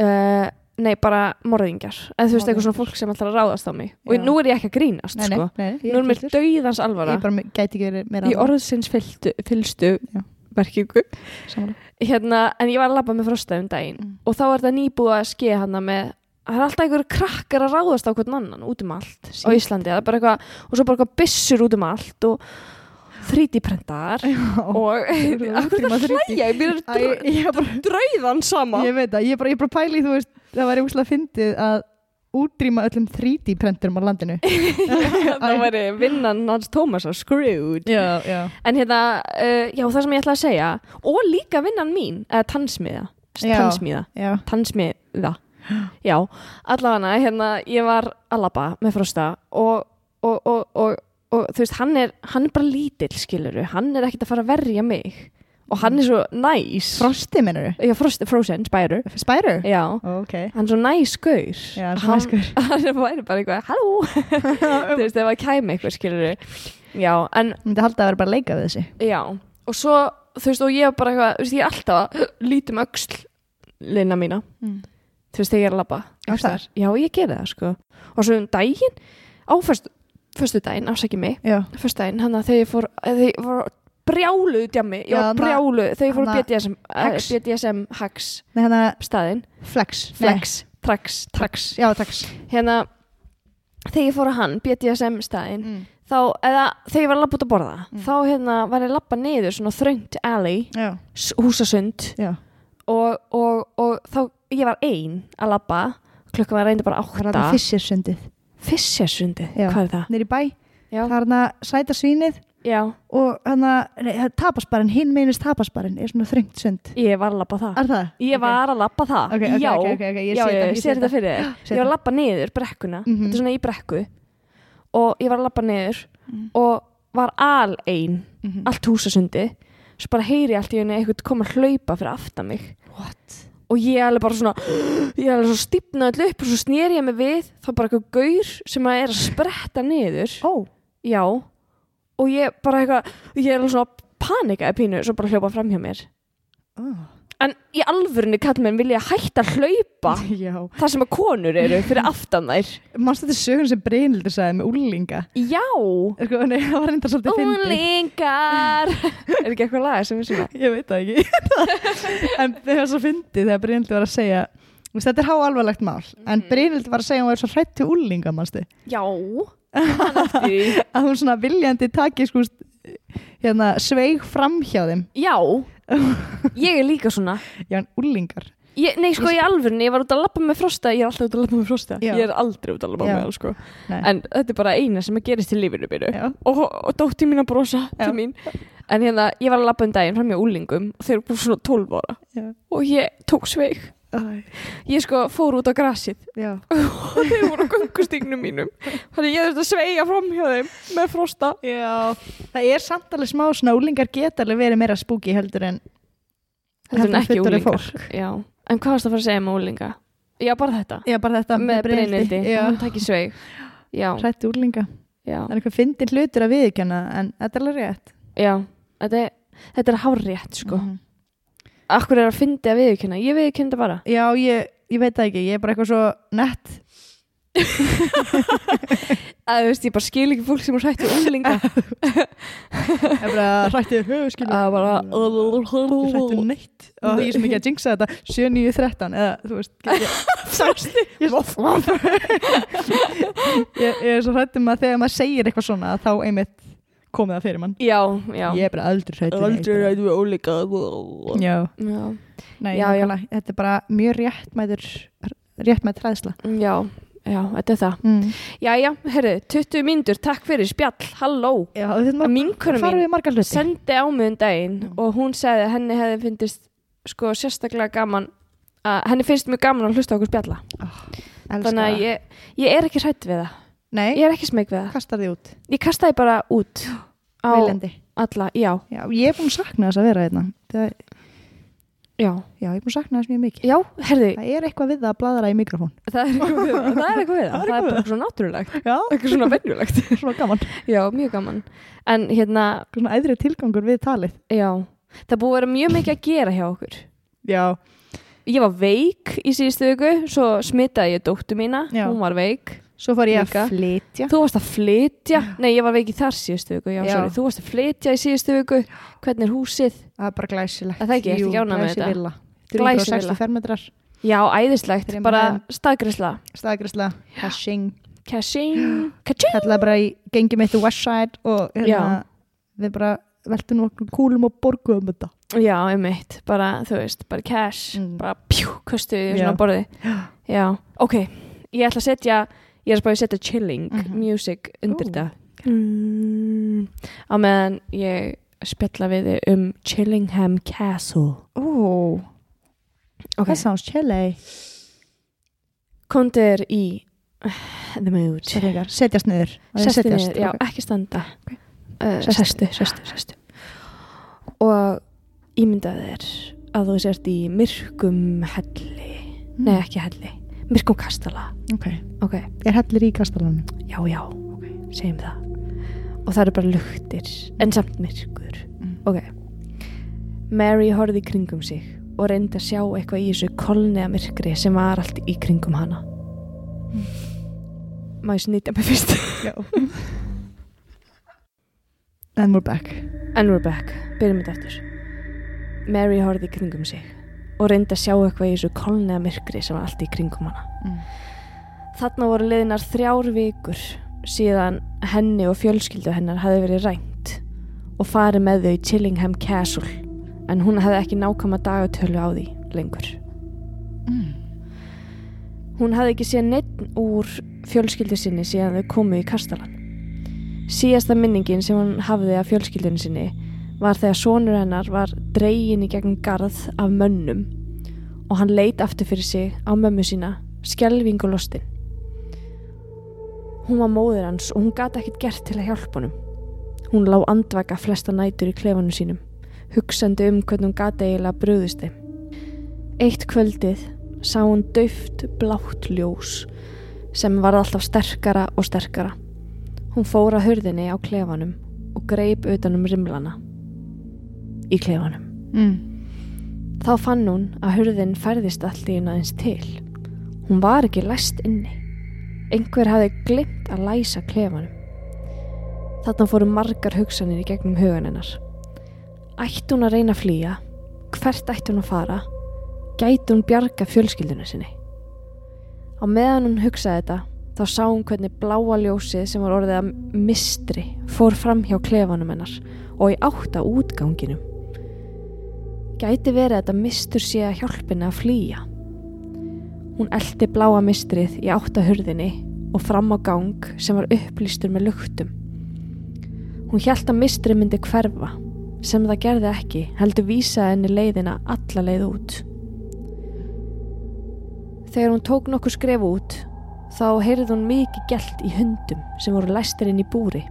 Speaker 3: uh, nei bara morðingar eða þú veist
Speaker 1: Morðingjar.
Speaker 3: eitthvað svona fólk sem ætlar að ráðast á mig
Speaker 1: Já.
Speaker 3: og nú er ég ekki að grínast
Speaker 1: Nei, nei,
Speaker 3: sko
Speaker 1: nei, ég
Speaker 3: nú er mér
Speaker 1: ekki heldur.
Speaker 3: dauðans alvara
Speaker 1: Ég bara me- gæti ekki verið meira
Speaker 3: í orðsins fylgstu, fylgstu
Speaker 1: Já.
Speaker 3: merkingu
Speaker 1: Samanlega.
Speaker 3: hérna, en ég var að labba með frosta um daginn
Speaker 1: Mm.
Speaker 3: og þá er þetta nýbúið að skeið hana með það er alltaf einhverju krakkar að ráðast á hvern annan út um allt á Íslandi það er bara eitthvað, og svo bara eitthvað byssur út um allt og 3D-prentar
Speaker 1: Já.
Speaker 3: og
Speaker 1: eru
Speaker 3: akkur
Speaker 1: útíma
Speaker 3: þetta
Speaker 1: 3D.
Speaker 3: hlæja ég mér
Speaker 1: Æ,
Speaker 3: er
Speaker 1: ég bara
Speaker 3: drauðan sama
Speaker 1: Ég veit það, ég er bara, ég er bara pæli, þú veist, það væri úslega fyndið að útrýma öllum 3D-prenturum á landinu.
Speaker 3: það væri vinnan hans Tómas að Scrooge
Speaker 1: já, já.
Speaker 3: en hérna, uh, já það sem ég ætla að segja og líka vinnan mín, eða tannsmiða
Speaker 1: Já.
Speaker 3: tannsmiða
Speaker 1: Já,
Speaker 3: tannsmiða já, allavega hérna ég var að labba með Frosta og, og, og, og, og þú veist, hann er, hann er bara lítill skiluru, hann er ekkert að fara að verja mig og hann er svo næs
Speaker 1: frosti mennur
Speaker 3: já, Frost, Frozen, Spider
Speaker 1: Spider?
Speaker 3: já,
Speaker 1: Ok.
Speaker 3: hann er svo næs gaur
Speaker 1: Já, hann er svo næs gaur.
Speaker 3: hann hann væri bara eitthvað, halló þú veist, ef að kæmi eitthvað skilur já, en
Speaker 1: Myndi halda að vera bara að leika við þessi.
Speaker 3: já, og svo þú veist, og ég er bara eitthvað, þú veist, ég er alltaf að lítum öxl lina mína
Speaker 1: Mm.
Speaker 3: þú veist, þegar ég er að labba einhvers
Speaker 1: það?
Speaker 3: staðar. já, ég geri það, sko og svo um daginn, á föstu, föstu daginn afsækki mig,
Speaker 1: Já.
Speaker 3: föstu daginn hann að þegar ég fór, eh, þegar ég fór brjáluð djammi, já,
Speaker 1: Já, þarna-
Speaker 3: brjáluð þegar ég fór á
Speaker 1: þarna-
Speaker 3: BDSM, eh,
Speaker 1: Hacks.
Speaker 3: BDSM hacks
Speaker 1: Nei, hérna
Speaker 3: staðinn,
Speaker 1: flex.
Speaker 3: flex, trax, trax
Speaker 1: Nei. Já, tax.
Speaker 3: hérna þegar ég fór að hann, BDSM staðinn
Speaker 1: Mm.
Speaker 3: þá, eða þegar ég var að labba út að borða þá hérna var ég að labba niður svona þröngt alley,
Speaker 1: Já.
Speaker 3: s- húsasund
Speaker 1: Já.
Speaker 3: og, og, og þá ég var ein að labba klukkan var reynda bara
Speaker 1: Hvað er það
Speaker 3: 8
Speaker 1: fissjarsundið?
Speaker 3: fissjasundi,
Speaker 1: Já.
Speaker 3: hvað er það?
Speaker 1: Nýri bæ.
Speaker 3: Já,
Speaker 1: Það er hérna sæta svínið
Speaker 3: já,
Speaker 1: og hérna tapasbarinn, hinn meinist tapasbarinn er svona þrengt sund.
Speaker 3: ég var að labba það
Speaker 1: Er það?
Speaker 3: Ég var að labba það,
Speaker 1: Ok, ok,
Speaker 3: já,
Speaker 1: ok, ok, ok, ég
Speaker 3: já,
Speaker 1: sé þetta, ég
Speaker 3: já, ég
Speaker 1: sé
Speaker 3: sé þetta
Speaker 1: þetta.
Speaker 3: fyrir þér.
Speaker 1: sé
Speaker 3: Ég var að
Speaker 1: þetta.
Speaker 3: labba niður brekkuna,
Speaker 1: Mhm.
Speaker 3: þetta er svona í brekku og ég var að labba niður og var al ein,
Speaker 1: Mhm.
Speaker 3: allt húsasundi, svo bara heyri ég allt í henni einhvern koma að hlaupa fyrir aftan mig
Speaker 1: What?
Speaker 3: og ég alveg bara svona ég alveg svo stípna öll upp og svo sneri ég mig við þá bara eitthvað gaur sem að er að spretta niður
Speaker 1: Ó.
Speaker 3: já og ég bara eitthvað ég er alveg svona panikaði pínu svo bara hljópa fram hjá mér en í alvörunni kallar menn vilja hætta að hlaupa
Speaker 1: Já.
Speaker 3: þar sem að konur eru fyrir aftan þær
Speaker 1: Manstu þetta sögun sem Brynildur sagði með úlinga?
Speaker 3: já
Speaker 1: Sko, nei, það var enda svolítið fyndið.
Speaker 3: úlingar er ekki eitthvað laga sem er svona
Speaker 1: Ég veit það ekki En það var svo fyndið þegar Brynildi var að segja þú veist, Þetta er háalvarlegt mál En
Speaker 3: Mhm.
Speaker 1: Brynildi var að segja að hún var svo hrætt til úlinga manstu,
Speaker 3: já man eftir því.
Speaker 1: Að hún svona viljandi taki sko, hérna, sveig fram hjá þeim
Speaker 3: já ég er líka svona
Speaker 1: Já, en úlingar
Speaker 3: Ég, nei, sko, í alvörni, ég var út að lappa með frosta Ég er alltaf út að lappa með frosta
Speaker 1: Já.
Speaker 3: Ég er aldrei út að lappa
Speaker 1: Já.
Speaker 3: með hann, sko
Speaker 1: Nei.
Speaker 3: En þetta er bara eina sem að gerist í lífinu byrju
Speaker 1: Já.
Speaker 3: Og, og dótti mín að brosa
Speaker 1: Já.
Speaker 3: til mín En hérna, ég var að lappa um daginn fram hjá úlingum Og þeir eru búin svona 12 ára
Speaker 1: Já.
Speaker 3: Og ég tók sveig Ég sko fór út á grasið
Speaker 1: já,
Speaker 3: og þeir voru á göngustígnum mínum þannig ég þurfti að sveigja fram hjá þeim með frosta
Speaker 1: já það er samt alveg smá svona úlingar geta alveg verið meira spooky heldur en Heldur
Speaker 3: Heldur en
Speaker 1: en
Speaker 3: ekki
Speaker 1: fullorðið
Speaker 3: úlingar Já, en hvað varst að fara að segja með úlinga? Já, bara þetta
Speaker 1: já, bara þetta
Speaker 3: Með breynildi, hún
Speaker 1: já,
Speaker 3: takk í sveig Já,
Speaker 1: hrættu úlinga
Speaker 3: já,
Speaker 1: það er eitthvað fyndin hlutur að viðkjanna en þetta er alveg rétt
Speaker 3: já Þetta er, þetta er hárétt, sko
Speaker 1: Mhm.
Speaker 3: Akkur er að fyndi að viðurkenna, ég viðurkenna bara
Speaker 1: já, ég, ég veit það ekki, ég er bara eitthvað svo nett
Speaker 3: að þú veist, ég bara skil ekki fólk sem er hrætt við úlinga
Speaker 1: ég er bara hrættu höfuskilu
Speaker 3: að bara
Speaker 1: hrættu neitt og ég er sem ekki að jinxa þetta 7.9.13 eða þú veist get ég,
Speaker 3: Sástu
Speaker 1: ég, ég, ég er svo hrættum að þegar maður segir eitthvað svona þá einmitt komið það fyrir mann
Speaker 3: Já, já
Speaker 1: ég er bara aldrei hrættu
Speaker 3: hrætt við úlinga
Speaker 1: já,
Speaker 3: Já,
Speaker 1: nei,
Speaker 3: Já, já.
Speaker 1: nákvæmlega. þetta er bara mjög réttmætur réttmætt hræðsla
Speaker 3: já, já, þetta er það
Speaker 1: mm.
Speaker 3: Jæja, herru, 20 mínútur, takk fyrir spjall, halló
Speaker 1: já, þetta er
Speaker 3: Að Vinkonum
Speaker 1: farum
Speaker 3: mín
Speaker 1: við margar hluti
Speaker 3: sendi á mig um daginn og hún sagði að henni hefði fyndist sko sérstaklega gaman að henni finnst mjög gaman að hlusta á okkur spjalla
Speaker 1: Elska
Speaker 3: þannig að
Speaker 1: það.
Speaker 3: ég, ég er ekki hrætt við það
Speaker 1: nei,
Speaker 3: ég er ekki smeg við það,
Speaker 1: kastar því út
Speaker 3: ég kastaði bara út á
Speaker 1: Viljandi.
Speaker 3: alla, já,
Speaker 1: Já, ég er búin að sakna þess að vera hérna það,
Speaker 3: já
Speaker 1: Já, ég er búin að sakna þess mjög mikið
Speaker 3: já, herðu,
Speaker 1: Það er eitthvað við það að bladra í mikrofón
Speaker 3: það er eitthvað við það það er eitthvað við það, það er
Speaker 1: eitthvað
Speaker 3: bara eitthvað svo náttúrulegt
Speaker 1: Já,
Speaker 3: eitthvað svona venjulegt,
Speaker 1: svona gaman
Speaker 3: já, mjög gaman en hérna,
Speaker 1: Svona æðri tilgangur við talið
Speaker 3: já það er búið að vera mjög mikið að gera hjá okkur
Speaker 1: Já,
Speaker 3: ég var veik í síðustu viku svo smitaði ég dóttu mína,
Speaker 1: Já.
Speaker 3: hún var veik
Speaker 1: svo fór ég að
Speaker 3: Líka.
Speaker 1: flytja
Speaker 3: Þú varst að flytja, nei ég var veik í þar síðustu viku, já,
Speaker 1: Já.
Speaker 3: sorry, þú varst að flytja í síðustu viku, hvernig er húsið?
Speaker 1: Það er bara glæsilegt
Speaker 3: Er það ekki? Ertu ekki ánægð með þetta?
Speaker 1: Glæsivilla
Speaker 3: Glæsivilla.
Speaker 1: 360 fermetrar
Speaker 3: Já, æðislegt,
Speaker 1: Þremur
Speaker 3: bara
Speaker 1: hæðum.
Speaker 3: staðgrisla,
Speaker 1: staðgræsla Hashing
Speaker 3: cashing, cashing,
Speaker 1: Kallaði bara í gengi mitt í Westside og
Speaker 3: Já.
Speaker 1: hérna, við bara veltum okkur kúlum og borguðum þetta
Speaker 3: já, einmitt, bara, þú veist, bara cash,
Speaker 1: Mm.
Speaker 3: bara pjú, kostu því svona
Speaker 1: Já.
Speaker 3: á borði. Já, ok, ég ætla að setja, ég er að spáði að setja chilling
Speaker 1: Mhm.
Speaker 3: music
Speaker 1: Ú.
Speaker 3: undir þetta. Mm. Á meðan ég spjalla við þig um Chillingham Castle.
Speaker 1: Ó,
Speaker 3: Ok,
Speaker 1: það sounds chilly
Speaker 3: komdu þér í uh, the mood.
Speaker 1: Setjast setjast niður
Speaker 3: Sestu
Speaker 1: Setjast,
Speaker 3: niður, já,
Speaker 1: ok.
Speaker 3: ekki standa
Speaker 1: Ok.
Speaker 3: uh,
Speaker 1: Sestu.
Speaker 3: Sestu, sestu, sestu Og ímyndaði þér að þú sért í myrkum helli
Speaker 1: Mm.
Speaker 3: Nei, ekki helli Myrkum kastala
Speaker 1: Ok,
Speaker 3: Ok,
Speaker 1: er hellir í kastalanum
Speaker 3: já, já, segjum það Og það eru bara luktir En samt myrkur
Speaker 1: Mm.
Speaker 3: Ok Mary horfði í kringum sig og reyndi að sjá eitthvað í þessu kolnega myrkri sem var allt í kringum hana Má ég snýta mig fyrst
Speaker 1: Já And we're back
Speaker 3: And we're back, byrjum þetta aftur. Mary horfði í kringum sig og reyndi að sjá eitthvað í þessu kolnega myrkri sem var allt í kringum hana.
Speaker 1: Mm.
Speaker 3: Þarna voru liðinar þrjár vikur síðan henni og fjölskyldu hennar hafði verið rænt og farið með þau í Chillingham Castle en hún hafði ekki nákama dagatölu á því lengur.
Speaker 1: Mm.
Speaker 3: Hún hafði ekki séð neitt úr fjölskyldu sinni síðan þau komu í kastalan. Síðasta minningin sem hann hafði af fjölskyldinu sinni var þegar sonur hennar var dregin í gegnum garð af mönnum og hann leit aftur fyrir sig á mömmu sína, skelving og lostin. Hún var móðir hans og hún gata ekkert gert til að hjálpa honum. Hún lá andvaka flesta nætur í klefanum sínum, hugsandi um hvernig hún gata eiginlega bröðist þeim. Eitt kvöldið sá hún dauft blátt ljós sem var alltaf sterkara og sterkara. Hún fór að hurðinni á klefanum og greip utan um rimlana í klefanum.
Speaker 1: mm.
Speaker 3: Þá fann hún að hurðin færðist allt í einu aðeins til. Hún var ekki læst inni. Einhver hafði glimt að læsa klefanum. Þarna fóru margar hugsanir í gegnum hugan hennar. Ætti hún að reyna að flýja? Hvert ætti hún að fara? Gæti hún bjarga fjölskylduna sinni? Á meðan hún hugsaði þetta, þá sá hún hvernig bláa ljósið sem var orðið að mistri fór fram hjá klefanum hennar og í átta útganginum. Gæti verið að þetta mistur sé að hjálpina að flýja. Hún eldi bláa mistrið í átta hurðinni og fram á gang sem var upplýstur með luktum. Hún hjælt að mistrið myndi hverfa, sem það gerði ekki, heldur vísaði henni leiðina alla leið út. Þegar hún tók nokkur skref út þá heyrði hún mikið gælt í hundum sem voru læstir inn í búri.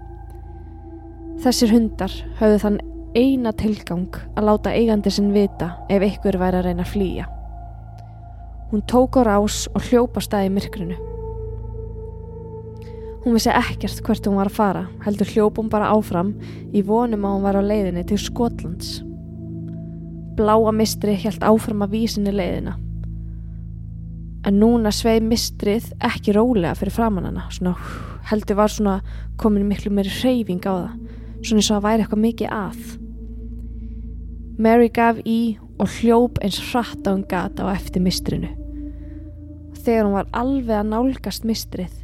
Speaker 3: Þessir hundar höfðu þann eina tilgang að láta eigandi sinn vita ef einhver væri að reyna að flýja. Hún tók á rás og hljópa staði í myrkrinu. Hún vissi ekkert hvert hún var að fara, heldur hljóp hún bara áfram í vonum að hún var á leiðinni til Skotlands. Bláa mistri hjælt áfram að vísinni leiðina. En núna sveið mistrið ekki rólega fyrir framann hana, svona heldur var svona komin miklu meiri hreyfing á það, svona eins og það væri eitthvað mikið að. Mary gaf í og hljóp eins hratt á hún gata á eftir mistrinu. Þegar hún var alveg að nálgast mistrið,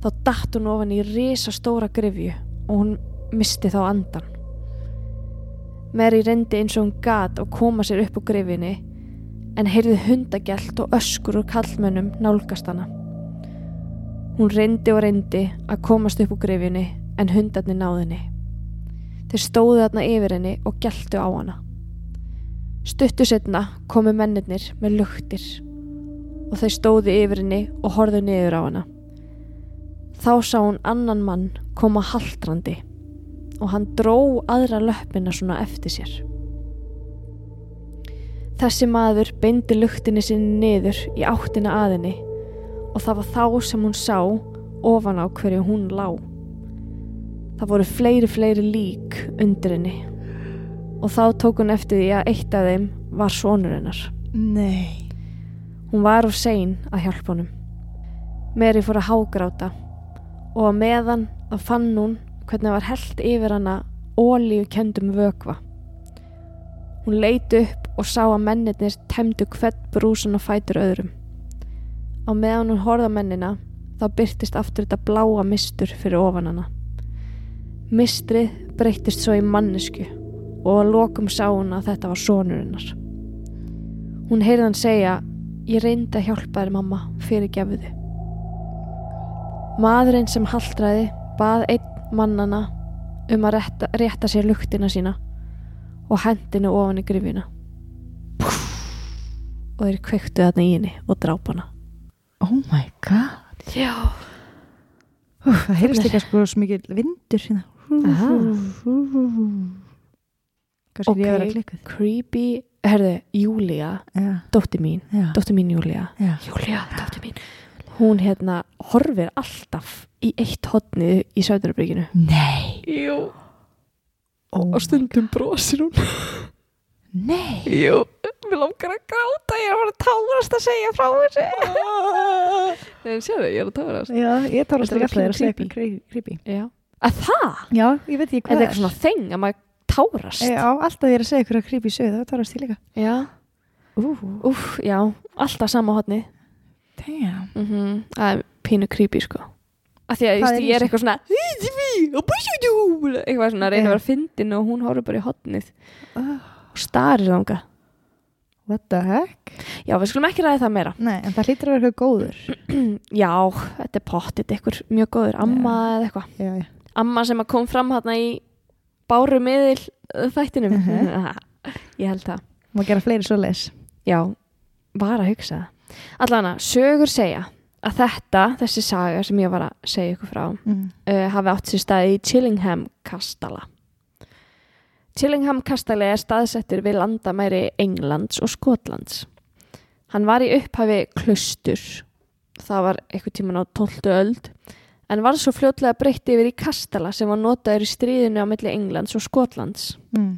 Speaker 3: þá datt hún ofan í risastóra grifju og hún misti þá andan. Mary reyndi eins og hún gat að koma sér upp úr grifjunni en heyrði hundagjalt og öskur úr kallmönnum nálgast hana. Hún reyndi og reyndi að komast upp úr grifjunni en hundarnir náði henni. Þeir stóðu þarna yfir henni og geltu á hana. Stuttu setna komu mennirnir með luktir og þeir stóðu yfir henni og horðu niður á hana. Þá sá hún annan mann koma haldrandi og hann dró aðra löppina svona eftir sér. Þessi maður beindi luktinni sinni niður í áttina að henni og það var þá sem hún sá ofan á hverju hún lá. Það voru fleiri, fleiri lík undir henni og þá tók hún eftir því að eitt af þeim var sonur hennar.
Speaker 1: Nei.
Speaker 3: Hún var of sein að hjálpa honum. Mary fór að hágráta og að meðan þá fann hún hvernig var held yfir hana ólíu kendum vökva. Hún leiti upp og sá að mennirnir temdu hvert brúsan og fætur öðrum. Á meðan hún horða mennina þá byrtist aftur þetta bláa mistur fyrir ofan hana. Mistrið breyttist svo í mannesku og að lokum sá hún að þetta var sonur hennar. Hún heyrði hann segja Ég reyndi að hjálpa þér mamma fyrir gefuðu. Maðurinn sem haldraði bað einn mannana um að rétta, rétta sér luktina sína og hendinu ofan í grifjuna. Og þeir kveiktu þarna í henni og drápa hana.
Speaker 1: Oh my god.
Speaker 3: Já.
Speaker 1: Úf, það heyrist ekki sko svo mikið vindur hérna. Aha. Kanski okay. ég verið að klikkuð.
Speaker 3: Creepy, herðu, Júlia,
Speaker 1: Já,
Speaker 3: dótti mín,
Speaker 1: já,
Speaker 3: dótti mín Júlia.
Speaker 1: já.
Speaker 3: Júlia, dótti mín. Hún hérna horfir alltaf í eitt hotnið í Söðurbríkinu.
Speaker 1: Nei.
Speaker 3: Jú.
Speaker 1: Oh.
Speaker 3: og stundum brosir hún
Speaker 1: Nei.
Speaker 3: Jú, mér langar að gráta ég er bara tárast að segja frá þessu Ah. Nei, séu þau, ég er að tárast
Speaker 1: Já, ég tala
Speaker 3: Þetta er
Speaker 1: alltaf alltaf þegar að segja
Speaker 3: pínu
Speaker 1: eitthvað kre- creepy.
Speaker 3: Já Að það?
Speaker 1: Já, ég veit ekki
Speaker 3: Er það
Speaker 1: hvað.
Speaker 3: eitthvað svona þeng að maður tárast?
Speaker 1: Já, alltaf þegar að segja eitthvað creepy sögð, þá tala alltaf líka.
Speaker 3: Já
Speaker 1: Ú,
Speaker 3: Úf, já, alltaf sama hotni
Speaker 1: damn.
Speaker 3: mm Það er pínu creepy, sko Af því að
Speaker 1: Hvað
Speaker 3: ég,
Speaker 1: er
Speaker 3: ég er
Speaker 1: í
Speaker 3: eitthvað svona eitthvað svona að reyna að vera fyndin og hún horfir bara í hotnið
Speaker 1: Oh,
Speaker 3: og starir þanga
Speaker 1: what the heck?
Speaker 3: Já, við skulum ekki ræða það meira
Speaker 1: Nei, en það hlýtur að vera eitthvað góður.
Speaker 3: Já, þetta er pottið eitthvað mjög góður, amma eða eitthvað
Speaker 1: Já, já.
Speaker 3: amma sem að kom fram hérna í báru miðil uh, þættinum
Speaker 1: Mhm.
Speaker 3: ég held það
Speaker 1: Má gera fleiri svo
Speaker 3: já, var að hugsa það allana, sögur segja að þetta, þessi saga sem ég var að segja ykkur frá,
Speaker 1: Mm.
Speaker 3: uh, hafi átt sér staði í Chillingham kastala Chillingham kastali er staðsettur við landamæri Englands og Skotlands hann var í upphafi klustur það var eitthvað tíman á 12. öld en var svo fljótlega breytt yfir í kastala sem var notaður í stríðinu á milli Englands og Skotlands
Speaker 1: Mm.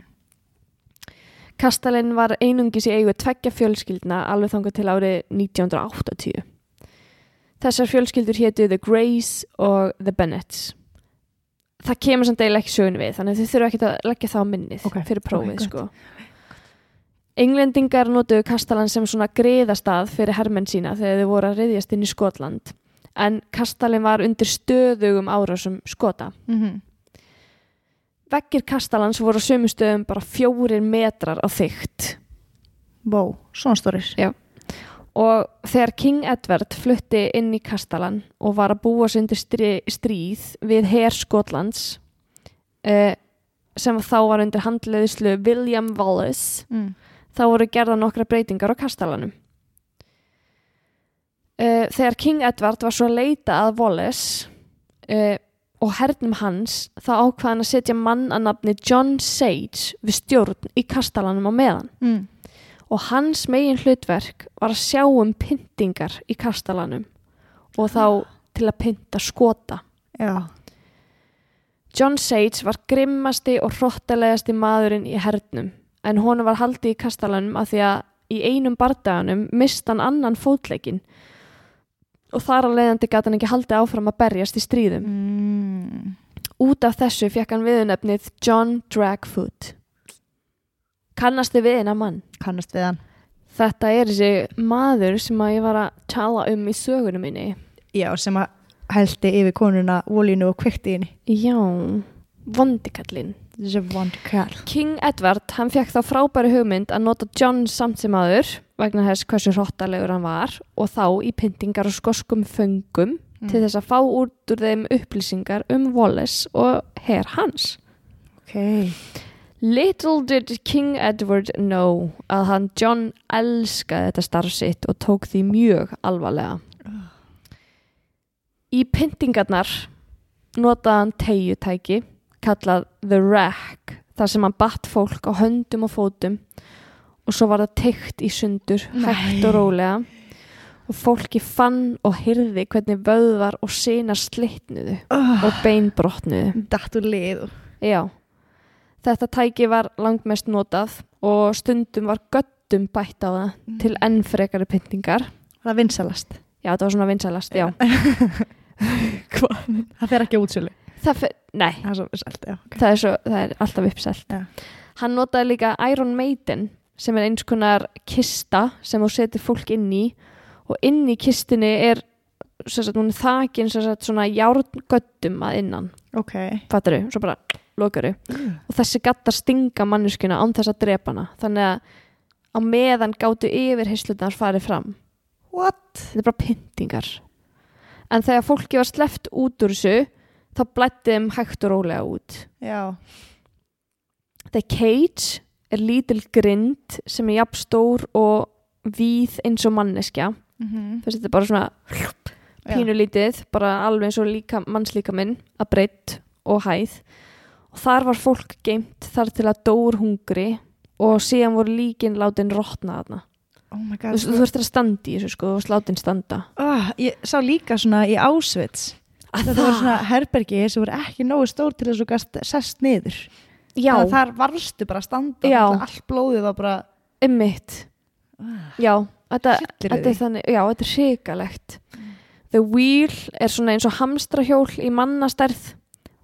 Speaker 3: Kastalinn var einungis í eigu tveggja fjölskyldna alveg þangað til árið 1980. Þessar fjölskyldur hétu The Greys og The Bennets. Það kemur samt eiginlega ekki sögun við, þannig að þau þurfa ekki að leggja það á minnið
Speaker 1: Ok,
Speaker 3: fyrir prófið.
Speaker 1: ok, gott.
Speaker 3: sko. Englendingar notuðu Kastalan sem svona griðastað fyrir hermenn sína þegar þau voru að reyðjast inn í Skotland. En Kastalinn var undir stöðugum árásum Skota.
Speaker 1: Mhm.
Speaker 3: Veggir Kastalans voru á sömu stöðum bara fjórir metrar á þygt.
Speaker 1: Vó, svona stóris.
Speaker 3: Og þegar King Edward flutti inn í Kastalan og var að búa sig undir stríð, stríð við her Skotlands eh, sem þá var undir handleðislu William Wallace
Speaker 1: Mm.
Speaker 3: þá voru gerða nokkra breytingar á Kastalanum. uh, þegar King Edward var svo að leita að Wallace uh, og hernum hans þá ákvað hann að setja mann að nafni John Sage við stjórn í kastalanum á meðan
Speaker 1: Mm.
Speaker 3: og hans megin hlutverk var að sjá um pyntingar í kastalanum og þá til að pynta skota.
Speaker 1: Já.
Speaker 3: John Sage var grimmasti og hrottalegasti maðurinn í hernum en honum var haldið í kastalanum af því að í einum bardaganum mist hann annan fótleikin og þar að leiðandi gæti hann ekki haldið áfram að berjast í stríðum.
Speaker 1: Mm.
Speaker 3: Út af þessu fekk hann viðunefnið John Dragfoot. Kannast þið við hennar mann?
Speaker 1: Kannast við hann.
Speaker 3: Þetta er þessi maður sem að ég var að tala um í sögunum minni.
Speaker 1: Já, sem að hælti yfir konuna volínu og kveikti í henni.
Speaker 3: Já, vondikallinn.
Speaker 1: This is a wonder girl.
Speaker 3: King Edward, hann fekk þá frábæri hugmynd að nota John samt sem aður vegna þess hversu hrottalegur hann var og þá í pyntingar og skoskum föngum
Speaker 1: Mm.
Speaker 3: til þess að fá út úr þeim upplýsingar um Wallace og herr hans.
Speaker 1: Ok.
Speaker 3: Little did King Edward know að hann John elskaði þetta starf sitt og tók því mjög alvarlega. Í pyntingarnar notaði hann tegjutæki kallað The Rack þar sem hann batt fólk á höndum og fótum og svo var það teikt í sundur hægt og rólega og fólki fann og hyrði hvernig vöðvar og sena slitnuðu
Speaker 1: Oh,
Speaker 3: og bein brotnuðu.
Speaker 1: datt úr lið.
Speaker 3: Já, þetta tæki var langmest notað og stundum var göttum bætt á það
Speaker 1: Mm.
Speaker 3: til enn frekari pyntingar.
Speaker 1: Það vinsalast.
Speaker 3: Já, þetta var svona vinsælast, já.
Speaker 1: Hvað? Það fer ekki á útsölu.
Speaker 3: Það fer, nei,
Speaker 1: Það er svo vinsalt, já. ok.
Speaker 3: það er, svo, það er alltaf uppselt.
Speaker 1: Já.
Speaker 3: Hann notaði líka Iron Maiden sem er eins konar kista sem þú setur fólk inn í og inn í kistinni er sem sagt, hún er þakin sem sagt, svona járngöttum að innan.
Speaker 1: Ok.
Speaker 3: fattaru, svo bara lokaru og þessi gattar stinga manneskuna án þess að drepa hana þannig að á meðan gátu yfir hislutnar farið fram
Speaker 1: What?
Speaker 3: þetta er bara pyntingar en þegar fólki var sleppt út úr þessu þá blætti þeim hægt og rólega út
Speaker 1: Já.
Speaker 3: The Cage er lítil grind sem er jafn stór og víð eins og manneskja
Speaker 1: Mm -hmm.
Speaker 3: þess að þetta er bara svona pínu lítið, bara alveg eins og líka, mannslíka minn að breytt og hæð og þar var fólk geimt þar til að dór hungri og síðan voru líkin látin rotna þarna
Speaker 1: Oh my
Speaker 3: þú
Speaker 1: god.
Speaker 3: veist, þú þurftir að standa í þessu sko, þú veist látin standa
Speaker 1: Oh, ég sá líka svona í ásvits.
Speaker 3: að
Speaker 1: Þetta var svona herbergi sem voru ekki nógu stór til þess að þú gast sest niður.
Speaker 3: já,
Speaker 1: Þannig að þar varstu bara að standa.
Speaker 3: Já.
Speaker 1: Náttúrulega Allt blóðið var bara...
Speaker 3: Emmitt Já, þetta,
Speaker 1: Hryllir
Speaker 3: þetta er
Speaker 1: Ah, þig. Mm.
Speaker 3: þannig Já, þetta er hrikalegt The wheel er svona eins og hamstrahjól í mannastærð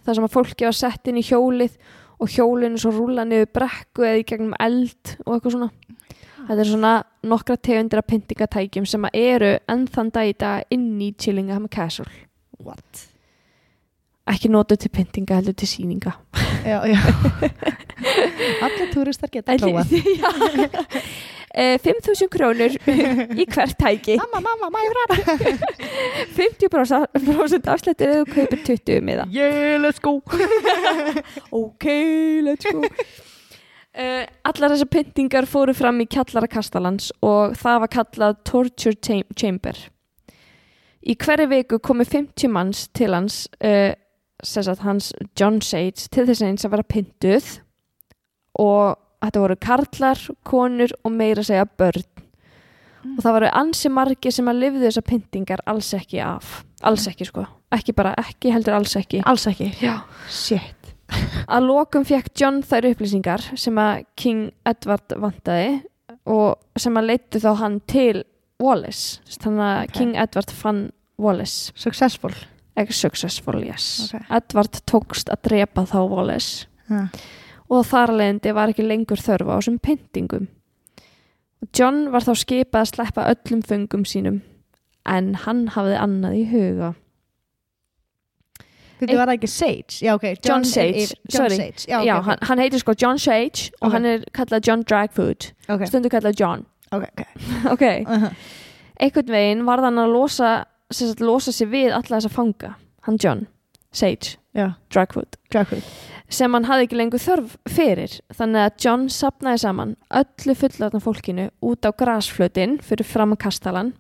Speaker 3: þar sem að fólki var sett inn í hjólið og hjólinu svo rúla niður brekku eða í gegnum eld og eitthvað svona Þetta er svona nokkra tegundir af pyntingatækjum sem að eru ennþann dag í dag inn í Chillingham Castle
Speaker 1: What?
Speaker 3: ekki notuð til pyntinga heldur til sýninga
Speaker 1: Já, já. Allir túristar geta prófað.
Speaker 3: Já. Eh, 5.000 krónur í hvert tæki
Speaker 1: Mamma, mamma, mæra.
Speaker 3: 50% afslættir eða þú kaupir 20 miða
Speaker 1: Yeah, let's go.
Speaker 3: ok, let's go uh, allar þessar pyntingar fóru fram í kjallara Kastalans og það var kallað Torture Cham- Chamber í hverju viku komu 50 manns til hans uh, sagt, hans John Sage til þess eins að vera pyntuð og þetta voru karlar, konur og meira að segja börn og það voru ansi margi sem að lifðu þessar pyntingar alls ekki af alls ekki sko, ekki bara ekki heldur alls ekki
Speaker 1: Alls ekki.
Speaker 3: Já
Speaker 1: Shit.
Speaker 3: að lokum fekk John þær upplýsingar sem að King Edward vantaði og sem að leittu þá hann til Wallace Þess- þannig að
Speaker 1: Ok.
Speaker 3: King Edward fann Wallace
Speaker 1: Successful.
Speaker 3: ekki successful, yes
Speaker 1: Ok.
Speaker 3: Edward tókst að drepa þá Wallace
Speaker 1: Ha.
Speaker 3: og þar af leiðandi var ekki lengur þörfa á þessum pyntingum John var þá skipað að sleppa öllum föngum sínum en hann hafði annað í huga
Speaker 1: Þetta var það ekki Sage. Já, ok.
Speaker 3: John
Speaker 1: er
Speaker 3: Sage,
Speaker 1: yfir- John
Speaker 3: sorry.
Speaker 1: Sage. Já,
Speaker 3: Já,
Speaker 1: ok, ok.
Speaker 3: hann, hann heitir sko John Sage og
Speaker 1: Ok.
Speaker 3: hann er kallað John Dragfoot
Speaker 1: Ok,
Speaker 3: stundu kallað John
Speaker 1: ok, ok.
Speaker 3: ok,
Speaker 1: Uh
Speaker 3: einhvern veginn varð hann að losa, sem sagt, losa sér við alla þess að fanga, hann John Sage,
Speaker 1: Já,
Speaker 3: Dragwood
Speaker 1: Dragwood.
Speaker 3: sem hann hafði ekki lengur þörf fyrir þannig að John sapnaði saman öllu fullorðna fólkinu út á grasflötin fyrir fram að kastalan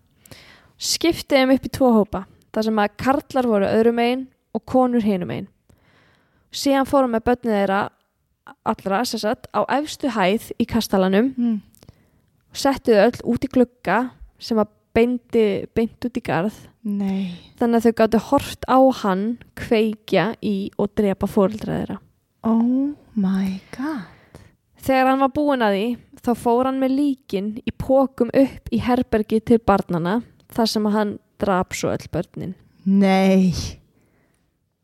Speaker 3: skipti þeim upp í tvo hópa þar sem að karlar voru öðrum einn og konur hinum einn síðan fórum með börnið þeirra allra sem sagt á efstu hæð í kastalanum
Speaker 1: Mm.
Speaker 3: og settu þau öll út í glugga sem að beindi, beint út í garð
Speaker 1: Nei.
Speaker 3: þannig að þau gáttu hort á hann kveikja í og drepa fóreldra þeirra
Speaker 1: Oh my god.
Speaker 3: Þegar hann var búin að því þá fór hann með líkin í pókum upp í herbergi til barnana þar sem hann drap svo öll börnin.
Speaker 1: Nei.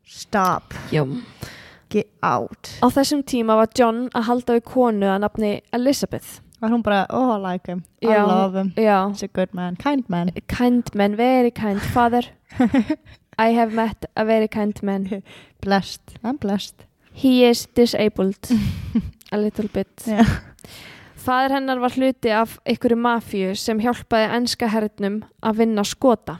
Speaker 1: Stop.
Speaker 3: Jó.
Speaker 1: Get out.
Speaker 3: Á þessum tíma var John að halda við konu að nafni Elizabeth.
Speaker 1: Var hún bara, oh I like him. I
Speaker 3: Já.
Speaker 1: love him.
Speaker 3: Já.
Speaker 1: He's a good man. Kind man.
Speaker 3: Kind man, very kind father. I have met a very kind man.
Speaker 1: Blessed. I'm blessed.
Speaker 3: He is disabled. A little bit.
Speaker 1: Já.
Speaker 3: Fadir hennar var hluti af einhverju mafíu sem hjálpaði enska hernum að vinna skota.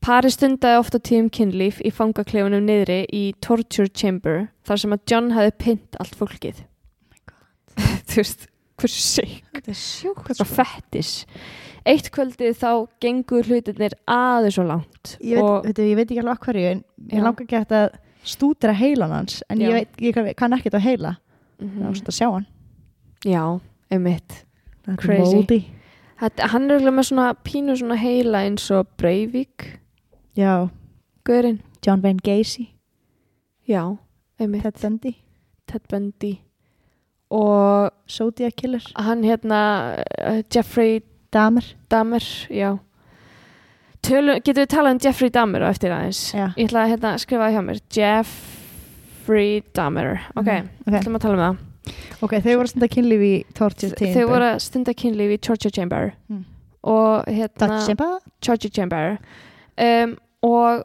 Speaker 3: Pari stundaði oft á tíum kynlíf í fangakleifunum niðri í torture chamber þar sem að John hefði pynt allt fólkið. Þú veist, hversu seik,
Speaker 1: Oh Þetta er sjúkt. sko.
Speaker 3: hvað fettis. Eitt kvöldið þá gengur hlutinir aðeins og langt.
Speaker 1: Ég veit,
Speaker 3: og,
Speaker 1: veit, ég veit ekki alveg að hverju en
Speaker 3: Já.
Speaker 1: ég langar ekki hægt að stúdra heilan hans en ég,
Speaker 3: Já.
Speaker 1: veit, ég kann- kann ekkert á heila mm.
Speaker 3: Mhm.
Speaker 1: það er að sjá hann
Speaker 3: Já, einmitt.
Speaker 1: Þetta er
Speaker 3: Crazy.
Speaker 1: moldy.
Speaker 3: Þetta, hann er eiginlega með svona pínu svona heila eins og Breivik,
Speaker 1: Já,
Speaker 3: Guðurinn.
Speaker 1: John Wayne Gacy,
Speaker 3: Já, einmitt.
Speaker 1: Ted Bundy
Speaker 3: Ted Bundy og
Speaker 1: Zodiac Killer,
Speaker 3: hann hérna eh, Jeffrey
Speaker 1: Dahmer
Speaker 3: Dahmer já Tölu, getum við talað um Jeffrey Dahmer á eftir aðeins
Speaker 1: Já.
Speaker 3: ég ætla að hérna, skrifa það hjá mér Jeffrey Dahmer ok, mm.
Speaker 1: Mhm. Ok,
Speaker 3: ætlum að tala um það
Speaker 1: okay þau voru að stunda kynlíf í Torture Team
Speaker 3: þau voru að stunda kynlíf í Torture Chamber
Speaker 1: Mm.
Speaker 3: og hérna
Speaker 1: Torture Chamber
Speaker 3: Torture Chamber um, og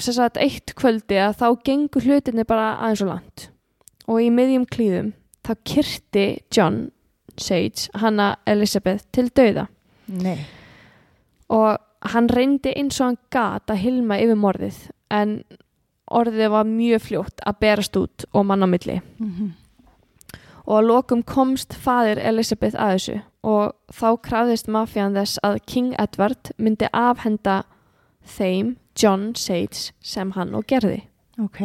Speaker 3: sem sagt eitt kvöldi að þá gengur hlutinni bara aðeins og langt og í miðjum klíðum þá kyrti John Sage hanna Elizabeth til dauða
Speaker 1: Nei
Speaker 3: og hann reyndi eins og hann gat að hilma yfir morðið en orðið var mjög fljótt að berast út og mann á milli
Speaker 1: Mhm.
Speaker 3: og að lokum komst faðir Elizabeth að þessu og þá krafðist mafjan þess að King Edward myndi afhenda þeim John Sage sem hann og gerði.
Speaker 1: Ok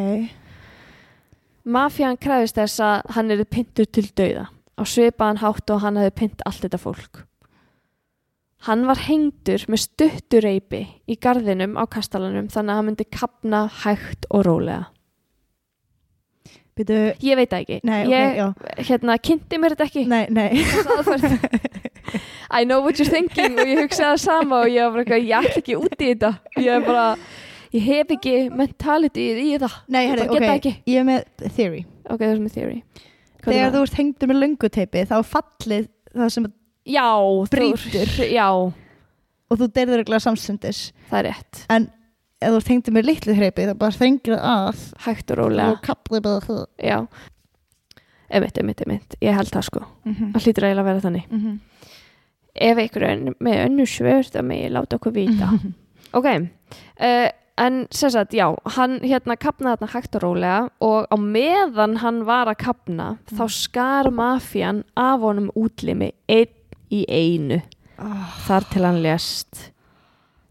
Speaker 3: Mafjan krafðist þess að hann er pintur til dauða á svipaðan hátt og hann hefði pint allt þetta fólk. Hann var hengdur með stuttureypi í garðinum á kastalanum þannig að hann myndi kapna hægt og rólega.
Speaker 1: Býtu
Speaker 3: Ég veit það ekki.
Speaker 1: Nei, ok,
Speaker 3: ég,
Speaker 1: já
Speaker 3: hérna, kynnti mér þetta ekki.
Speaker 1: Nei, nei
Speaker 3: Þessa aðferð. I know what you're thinking og ég hugsaði það sama og ég var bara eitthvað, ég ætla ekki út í þetta ég er bara, ég hef ekki mentality í þetta
Speaker 1: Nei,
Speaker 3: Ég
Speaker 1: herri,
Speaker 3: bara
Speaker 1: ok
Speaker 3: geta ekki.
Speaker 1: Ég er með theory
Speaker 3: ok, það er með theory Hvað er
Speaker 1: Þegar
Speaker 3: það?
Speaker 1: þú ert hengdur með lönguteipi þá er fallið það sem
Speaker 3: já, þú-
Speaker 1: Brýtur.
Speaker 3: já,
Speaker 1: og þú deyrður regla samstundis
Speaker 3: það er rétt,
Speaker 1: en ef þú tengdi með litlu hreipi þá bara þrengir það að
Speaker 3: hægt og
Speaker 1: og
Speaker 3: rólega
Speaker 1: kaplið bara það
Speaker 3: já, emitt, emitt, emitt ég held það sko,
Speaker 1: mm -hmm.
Speaker 3: það hlýtur eiginlega að vera þannig
Speaker 1: Mhm.
Speaker 3: ef ykkur er með önnu svör þá með ég láta okkur vita ok uh, en sem sagt já hann hérna kapnaði þarna hægt og rólega og á meðan hann var að kapna
Speaker 1: Mm.
Speaker 3: þá skar mafían af honum útlimi einn í einu
Speaker 1: Ah.
Speaker 3: þar til hann lést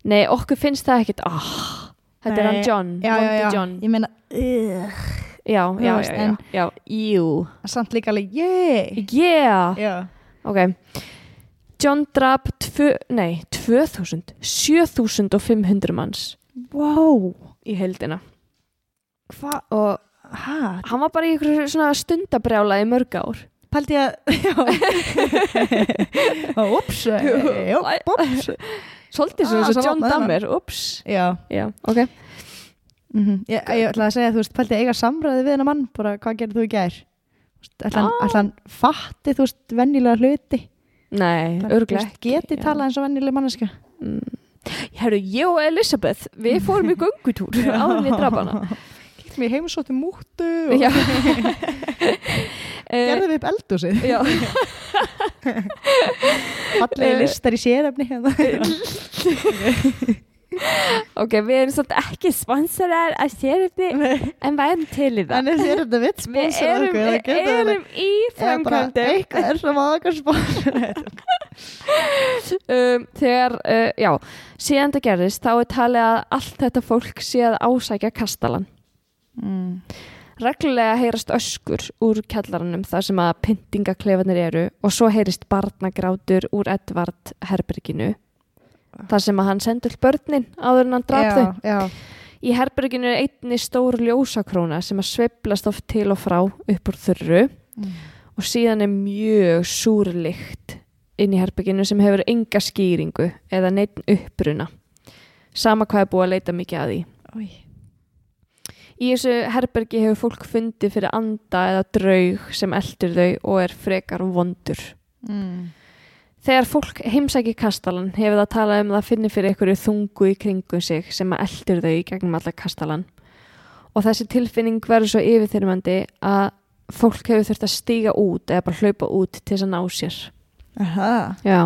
Speaker 3: nei okkur finnst það ekkit ah, þetta er
Speaker 1: Nei.
Speaker 3: hann John,
Speaker 1: já, já,
Speaker 3: vondi
Speaker 1: já,
Speaker 3: John
Speaker 1: ég meina uh,
Speaker 3: já,
Speaker 1: Þú
Speaker 3: já,
Speaker 1: veist,
Speaker 3: já,
Speaker 1: en-
Speaker 3: já, já, jú
Speaker 1: samt líka alveg, yey
Speaker 3: yeah
Speaker 1: já,
Speaker 3: ok John drap tvö, nei, 2000 7500 manns
Speaker 1: wow
Speaker 3: í heldina
Speaker 1: hvað,
Speaker 3: og
Speaker 1: hæ,
Speaker 3: hann var bara í einhverju svona stundabrjála í mörg ár
Speaker 1: paldi ég að já ups já, ups
Speaker 3: svolítið sem
Speaker 1: Ah, það
Speaker 3: þess að John
Speaker 1: var maður.
Speaker 3: Dammer ups
Speaker 1: já,
Speaker 3: já, ok
Speaker 1: mm ég, ég ætla að segja, þú veist, paldi ég eiga samræði við hennar mann, bara hvað gerði þú í gær ætla hann,
Speaker 3: Ah.
Speaker 1: ætla hann fatti, þú veist, venjulega hluti
Speaker 3: nei,
Speaker 1: Ætli hann, þú
Speaker 3: örglega
Speaker 1: veist, geti talað eins og venjulega manneska
Speaker 3: Mm. herru, ég og Elisabeth, við fórum í göngutúr áður við drafana
Speaker 1: Kíktum í heimsóttu múttu og
Speaker 3: já Eh,
Speaker 1: gerðum við upp eldúsið
Speaker 3: já,
Speaker 1: Fallegi
Speaker 3: Eh.
Speaker 1: listar í sérefni hérna.
Speaker 3: ok, við erum svolítið ekki sponsorar að sérifni en værum til í það
Speaker 1: En þessi er þetta vitt
Speaker 3: við
Speaker 1: sponsor
Speaker 3: erum,
Speaker 1: okkur, það
Speaker 3: við
Speaker 1: geta
Speaker 3: erum í
Speaker 1: Eða bara
Speaker 3: framkvæmdum
Speaker 1: eitthvað er sem að okkar sponsor
Speaker 3: um, þegar, uh, já síðan það gerðist þá er talið að allt þetta fólk sé að ásækja kastalan
Speaker 1: Mm.
Speaker 3: reglulega heyrast öskur úr kjallaranum þar sem að pyntingaklefanir eru og svo heyrist barnagrátur úr Edvard herberginu þar sem að hann sendur börnin áður en hann draf
Speaker 1: já,
Speaker 3: þau
Speaker 1: já.
Speaker 3: Í herberginu er einni stór ljósakróna sem að sveiflast oft til og frá upp úr þurru og síðan er mjög súrlykt inn í herberginu sem hefur enga skýringu eða neitt uppruna. Sama hvað er búið að leita mikið að því.
Speaker 1: Oj.
Speaker 3: Í þessu herbergi hefur fólk fundið fyrir anda eða draug sem eldur þau og er frekar vondur.
Speaker 1: Mm.
Speaker 3: Þegar fólk heimsæki kastalan hefur það talað um að það finni fyrir einhverju þungu í kringum sig sem að eldur þau í gegnum alla kastalan. Og þessi tilfinning verður svo yfirþyrmandi að fólk hefur þurft að stíga út eða bara hlaupa út til þess að ná sér.
Speaker 1: Aha.
Speaker 3: Já.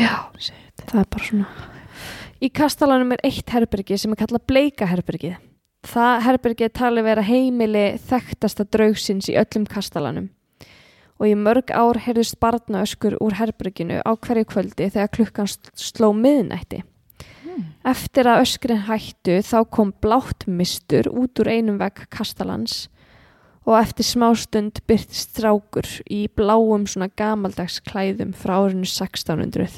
Speaker 3: Já, það er bara svona. Í kastalanum er eitt herbergi sem er kallað bleika herbergið. Það herbergi er talið vera heimili þekktasta draugsins í öllum kastalanum. Og í mörg ár heyrðist barnaöskur úr herberginu á hverju kvöldi þegar klukkan sl- sló miðnætti. Eftir að öskrin hættu þá kom blátt mistur út úr einum vegg kastalans og eftir smástund byrtist strákur í bláum svona gamaldags klæðum frá árinu 1600.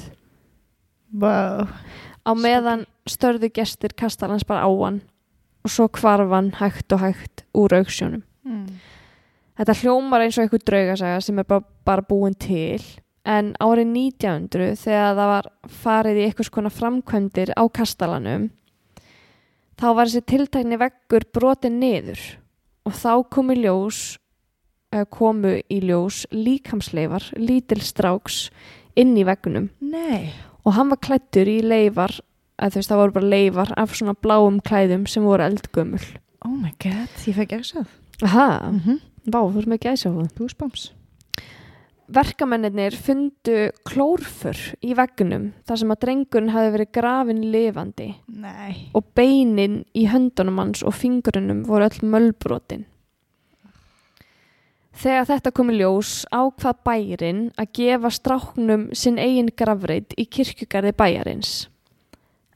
Speaker 1: Wow.
Speaker 3: Á meðan störðu gestir kastalans bara á hann og svo hvarf hann hægt og hægt úr auksjónum.
Speaker 1: Mm.
Speaker 3: Þetta hljómar eins og einhver draugasaga sem er bara, bara búin til en árið 1900 þegar það var farið í einhvers konar framkvæmdir á kastalanum þá var þessi tiltækni veggur brotin niður og þá komu ljós eh, komu í ljós líkamsleifar lítil stráks inn í veggunum
Speaker 1: Nei.
Speaker 3: og hann var klættur í leifar að þú veist það voru bara leifar af svona bláum klæðum sem voru eldgömmul
Speaker 1: Oh my god, ég fæk ekki að
Speaker 3: Aha,
Speaker 1: mm -hmm.
Speaker 3: vá, þú erum ekki aðsjáðu
Speaker 1: Goosebumps.
Speaker 3: Verkamennir fundu klórfur í veggunum þar sem að drengurinn hafi verið grafin lifandi
Speaker 1: Nei.
Speaker 3: og beinin í höndunum hans og fingrunum voru öll mölbrotin. Þegar þetta kom í ljós ákvað bærin að gefa stráknum sinn eigin grafreit í kirkjugarði bæjarins.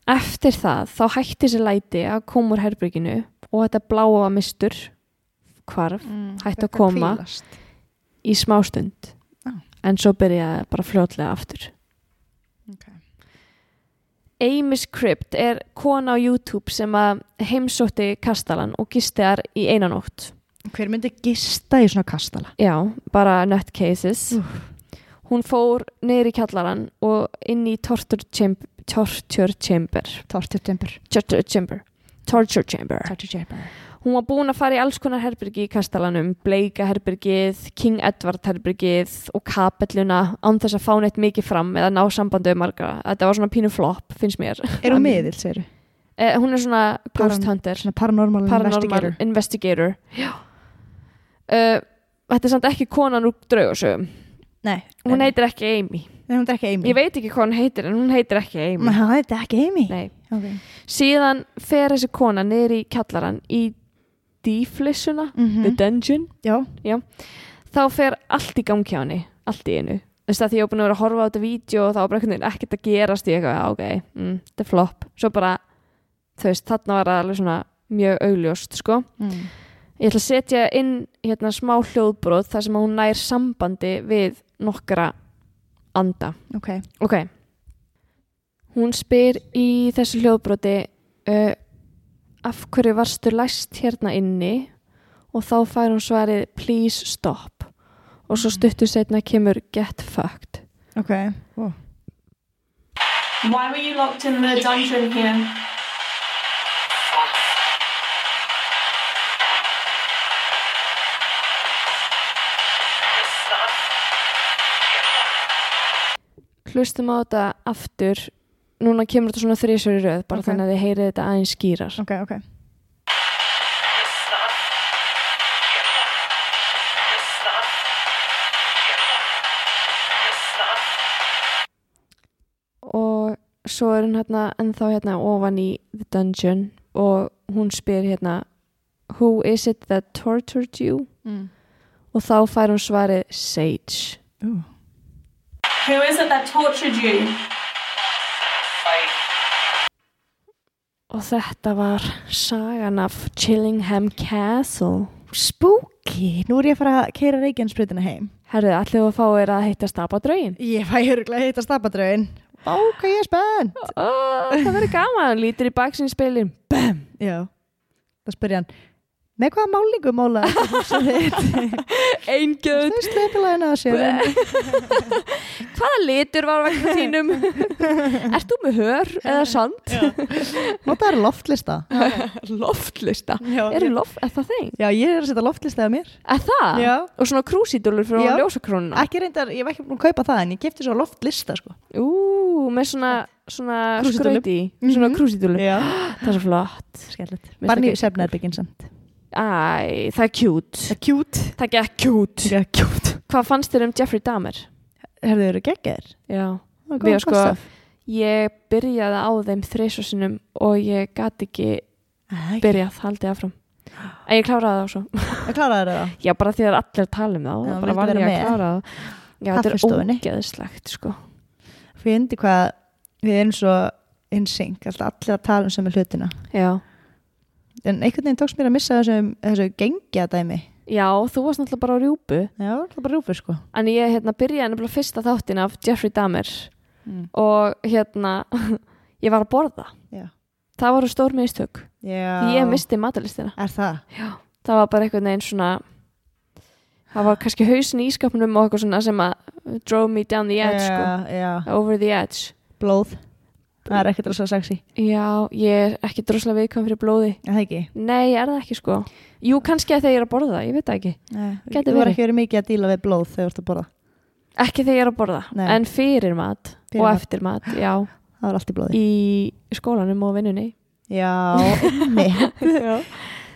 Speaker 3: Eftir það þá hætti sér læti að koma úr herbygginu og þetta bláa mistur hvarf
Speaker 1: Mm.
Speaker 3: Hættu að koma.
Speaker 1: Hvílast.
Speaker 3: í smástund
Speaker 1: Já.
Speaker 3: en svo byrjaði bara fljótlega aftur
Speaker 1: Ok.
Speaker 3: Amy's Crypt er kona á YouTube sem að heimsótti kastalan og gisti þar í einanótt
Speaker 1: Hver myndi gista í svona kastala?
Speaker 3: já, bara nutcases hún fór niður í kjallaran og inn í torture chamber torture chamber
Speaker 1: Tortur Timber.
Speaker 3: torture chamber, torture chamber.
Speaker 1: Tortur Timber.
Speaker 3: Hún var búin að fara í alls konar herbergi í kastalanum, Bleika herbergið, King Edward herbergið og kapelluna án þess að fá neitt mikið fram eða ná sambandi við margra. Þetta var svona pínu flop, finnst mér.
Speaker 1: Er hún miðill, segir þú?
Speaker 3: Eh, hún er svona ghost
Speaker 1: Paran-
Speaker 3: hunter,
Speaker 1: Svona paranormal,
Speaker 3: paranormal
Speaker 1: investigator.
Speaker 3: investigator. Já. Eh, þetta er samt ekki konan úr draugasögum.
Speaker 1: Nei.
Speaker 3: Hún
Speaker 1: nei,
Speaker 3: heitir ekki Amy.
Speaker 1: nei. Nei, hún er ekki Amy.
Speaker 3: Ég veit ekki hvað hún heitir en hún heitir ekki Amy.
Speaker 1: Nei, hún er ekki Amy.
Speaker 3: Nei.
Speaker 1: Ok.
Speaker 3: Síðan fer þessi kona niður í kjallaran í dýflissuna,
Speaker 1: Mhm.
Speaker 3: the dungeon.
Speaker 1: Já.
Speaker 3: þá fer allt í gangi á henni allt í einu þú veist að því ég var búin að vera að horfa á þetta vídeo og þá var bara einhvern veginn ekkert að gerast í eitthvað, já, ok, mm, þetta er flop svo bara, þú veist, þarna var það alveg svona mjög augljóst, sko
Speaker 1: Mm.
Speaker 3: ég ætla að setja inn hérna smá hljóðbróð þar sem hún nær sambandi við nokkra anda
Speaker 1: Ok.
Speaker 3: Ok. Hún spyr í þessu hljóðbroti uh, af hverju varstu læst hérna inni og þá fær hún svarið please stop og svo stuttu setna kemur get fucked.
Speaker 1: Ok. Ó.
Speaker 4: Why were you locked in the dungeon here?
Speaker 3: Hlustum á þetta aftur núna kemur þetta svona þrísur í röð bara
Speaker 1: Ok.
Speaker 3: þannig að þið heyrið þetta aðeins skýrar.
Speaker 1: Ok, ok.
Speaker 3: og svo er hún hérna ennþá hérna ofan í the dungeon og hún spyr hérna who is it that tortured you
Speaker 1: Mm.
Speaker 3: og þá fær hún svarið sage
Speaker 1: Ú.
Speaker 4: Who is it that tortured you?
Speaker 3: Og þetta var sagan af Chillingham Castle.
Speaker 1: Spooky, nú er ég að fara að keira reikjansbreytina heim.
Speaker 3: Herðu, allir að fá er að heita stapadrögin.
Speaker 1: Ég fæ öruglega að hitta stapadraun. Ó, hvað ég er spennt.
Speaker 3: Oh, það verður gaman, lítir í baksinn í speilin. Bam!
Speaker 1: Já, það spyrja hann, með hvaða málingu mála þetta húsið þitt?
Speaker 3: Engjöð.
Speaker 1: Það er sleipilæðin að sér. en-
Speaker 3: Hvaða litur var vegna þínum? Ert þú með hör eða sand?
Speaker 1: Notaður loftlista.
Speaker 3: Loftlista.
Speaker 1: Já,
Speaker 3: Eru loft, er það þeim?
Speaker 1: Já, ég er að setja loftlista af mér.
Speaker 3: Er það?
Speaker 1: Já.
Speaker 3: Og svona krúsidúlur fyrir
Speaker 1: Já.
Speaker 3: á ljósakrónuna.
Speaker 1: Ekki reyndar, ég var ekki búin að kaupa það en ég kefti svo loftlista sko.
Speaker 3: Ú, með svona, svona
Speaker 1: Krúsídúllum.
Speaker 3: skrauti. Svona
Speaker 1: Mhm.
Speaker 3: krúsidúlur.
Speaker 1: Já,
Speaker 3: Það er svo flott.
Speaker 1: skellilegt.
Speaker 3: Mér
Speaker 1: Barni
Speaker 3: finnst
Speaker 1: Sefnerbyggin samt.
Speaker 3: Æ, það er cute.
Speaker 1: Cute.
Speaker 3: Það er ekki cute.
Speaker 1: Já, cute.
Speaker 3: Hvað fannst þér um Jeffrey Dahmer?
Speaker 1: Herðu, eru geggjær?
Speaker 3: Já, Við sko- ég byrjaði á þeim þreysvarsinum og ég gat ekki
Speaker 1: Byrja.
Speaker 3: byrjað, haldið áfram. En ég kláraði það svo.
Speaker 1: Að klára þér það?
Speaker 3: Já, bara því að allir tala um það
Speaker 1: Já,
Speaker 3: og
Speaker 1: vildu
Speaker 3: bara var
Speaker 1: vera
Speaker 3: ég að
Speaker 1: með.
Speaker 3: klára það. Já, þetta er
Speaker 1: Kaffistofunni.
Speaker 3: ógeðslegt, sko.
Speaker 1: Fyrir indi hvað við erum svo insync, alltaf allir að tala um sem er hlutina.
Speaker 3: Já.
Speaker 1: En einhvern veginn tókst mér að missa þessu, þessu gengja dæmi.
Speaker 3: Já, þú varst náttúrulega bara á rjúpu.
Speaker 1: Já, það er bara rúfur sko.
Speaker 3: En ég hérna, byrjaði nefnilega fyrsta þáttin af Jeffrey Dahmer
Speaker 1: Mm.
Speaker 3: og hérna, ég var að borða.
Speaker 1: Já.
Speaker 3: Það voru stór mistök.
Speaker 1: Já.
Speaker 3: Ég misti matalistina.
Speaker 1: Er það?
Speaker 3: það var bara einhvern veginn svona það var kannski hausin í skapnum og eitthvað svona sem að drove me down the edge
Speaker 1: Já, já.
Speaker 3: sko, over the edge
Speaker 1: Blóð. Það er ekkert rosa sexy.
Speaker 3: já, ég er ekki droslega viðkvæm fyrir blóði
Speaker 1: Er það ekki?
Speaker 3: nei, ég er það ekki sko jú, kannski að þegar ég er að borða, ég veit það ekki
Speaker 1: Nei.
Speaker 3: Gæti
Speaker 1: Þú
Speaker 3: verið.
Speaker 1: voru ekki verið mikið að díla við blóð þegar þú ert að borða.
Speaker 3: ekki þegar ég er að borða,
Speaker 1: Nei.
Speaker 3: en fyrir mat
Speaker 1: Fyrir
Speaker 3: og
Speaker 1: mat.
Speaker 3: eftir mat, já
Speaker 1: Það var allt í blóði.
Speaker 3: í skólanum og vinnunni
Speaker 1: Já, nei,
Speaker 3: já,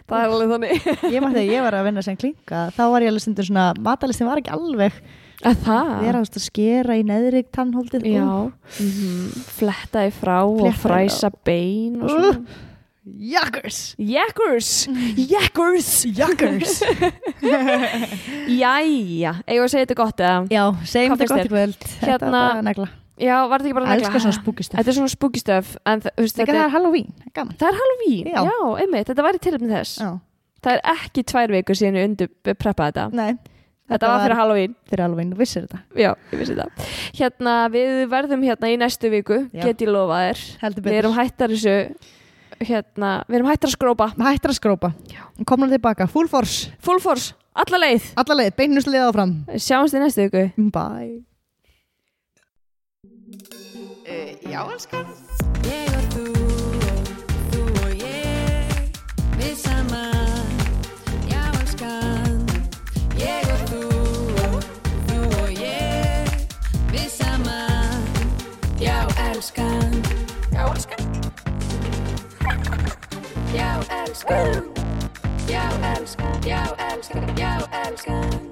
Speaker 3: það er alveg þannig
Speaker 1: ég mætti að ég var að vinna sem klinka þá var ég alveg stundum svona, matalistin var ekki alveg
Speaker 3: að það,
Speaker 1: við erum að skera í neðri tannhóldið
Speaker 3: já mm flettaði frá
Speaker 1: Fléttaði
Speaker 3: og
Speaker 1: frá.
Speaker 3: fræsa bein og
Speaker 1: Uh.
Speaker 3: svona
Speaker 1: Jakkers
Speaker 3: Jackers! Jackers!
Speaker 1: Jakkers
Speaker 3: Jæja, eigum við að segja þetta gott eða?
Speaker 1: Já, segjum þetta
Speaker 3: Hvað finnst
Speaker 1: gott í kvöld Þetta var
Speaker 3: Hérna-
Speaker 1: bara negla
Speaker 3: Já, var þetta ekki bara negla?
Speaker 1: Elskar svona spúkistöf
Speaker 3: Þetta er svona spookistöf, en það, veist,
Speaker 1: Þegar
Speaker 3: þetta
Speaker 1: það
Speaker 3: er,
Speaker 1: er Halloween, það er gaman
Speaker 3: það er Halloween.
Speaker 1: Já.
Speaker 3: Já, einmitt, þetta var í tilöfni þess.
Speaker 1: Já,
Speaker 3: Það er ekki tvær vikur síðan ég undur preppa þetta.
Speaker 1: nei
Speaker 3: Þetta, var fyrir Halloween.
Speaker 1: fyrir Halloween, þú vissir þetta
Speaker 3: Já, ég vissi það. Hérna, við verðum hérna í næstu viku,
Speaker 1: Já.
Speaker 3: get ég lofa þér.
Speaker 1: Heldur
Speaker 3: Við
Speaker 1: betur
Speaker 3: erum hættar þessu, hérna, við erum hættar að skrópa.
Speaker 1: Hættir að skrópa Komum tilbaka, full force,
Speaker 3: Full force, alla leið.
Speaker 1: alla leið, beinuslið áfram
Speaker 3: Sjáumst í næstu viku.
Speaker 1: Bye
Speaker 6: Ég og þú og þú og ég Við saman, já elskan Ég og þú og þú og ég Við saman, já elskan
Speaker 2: Já, elskan, já, elskan, já, elskan, já, elskan.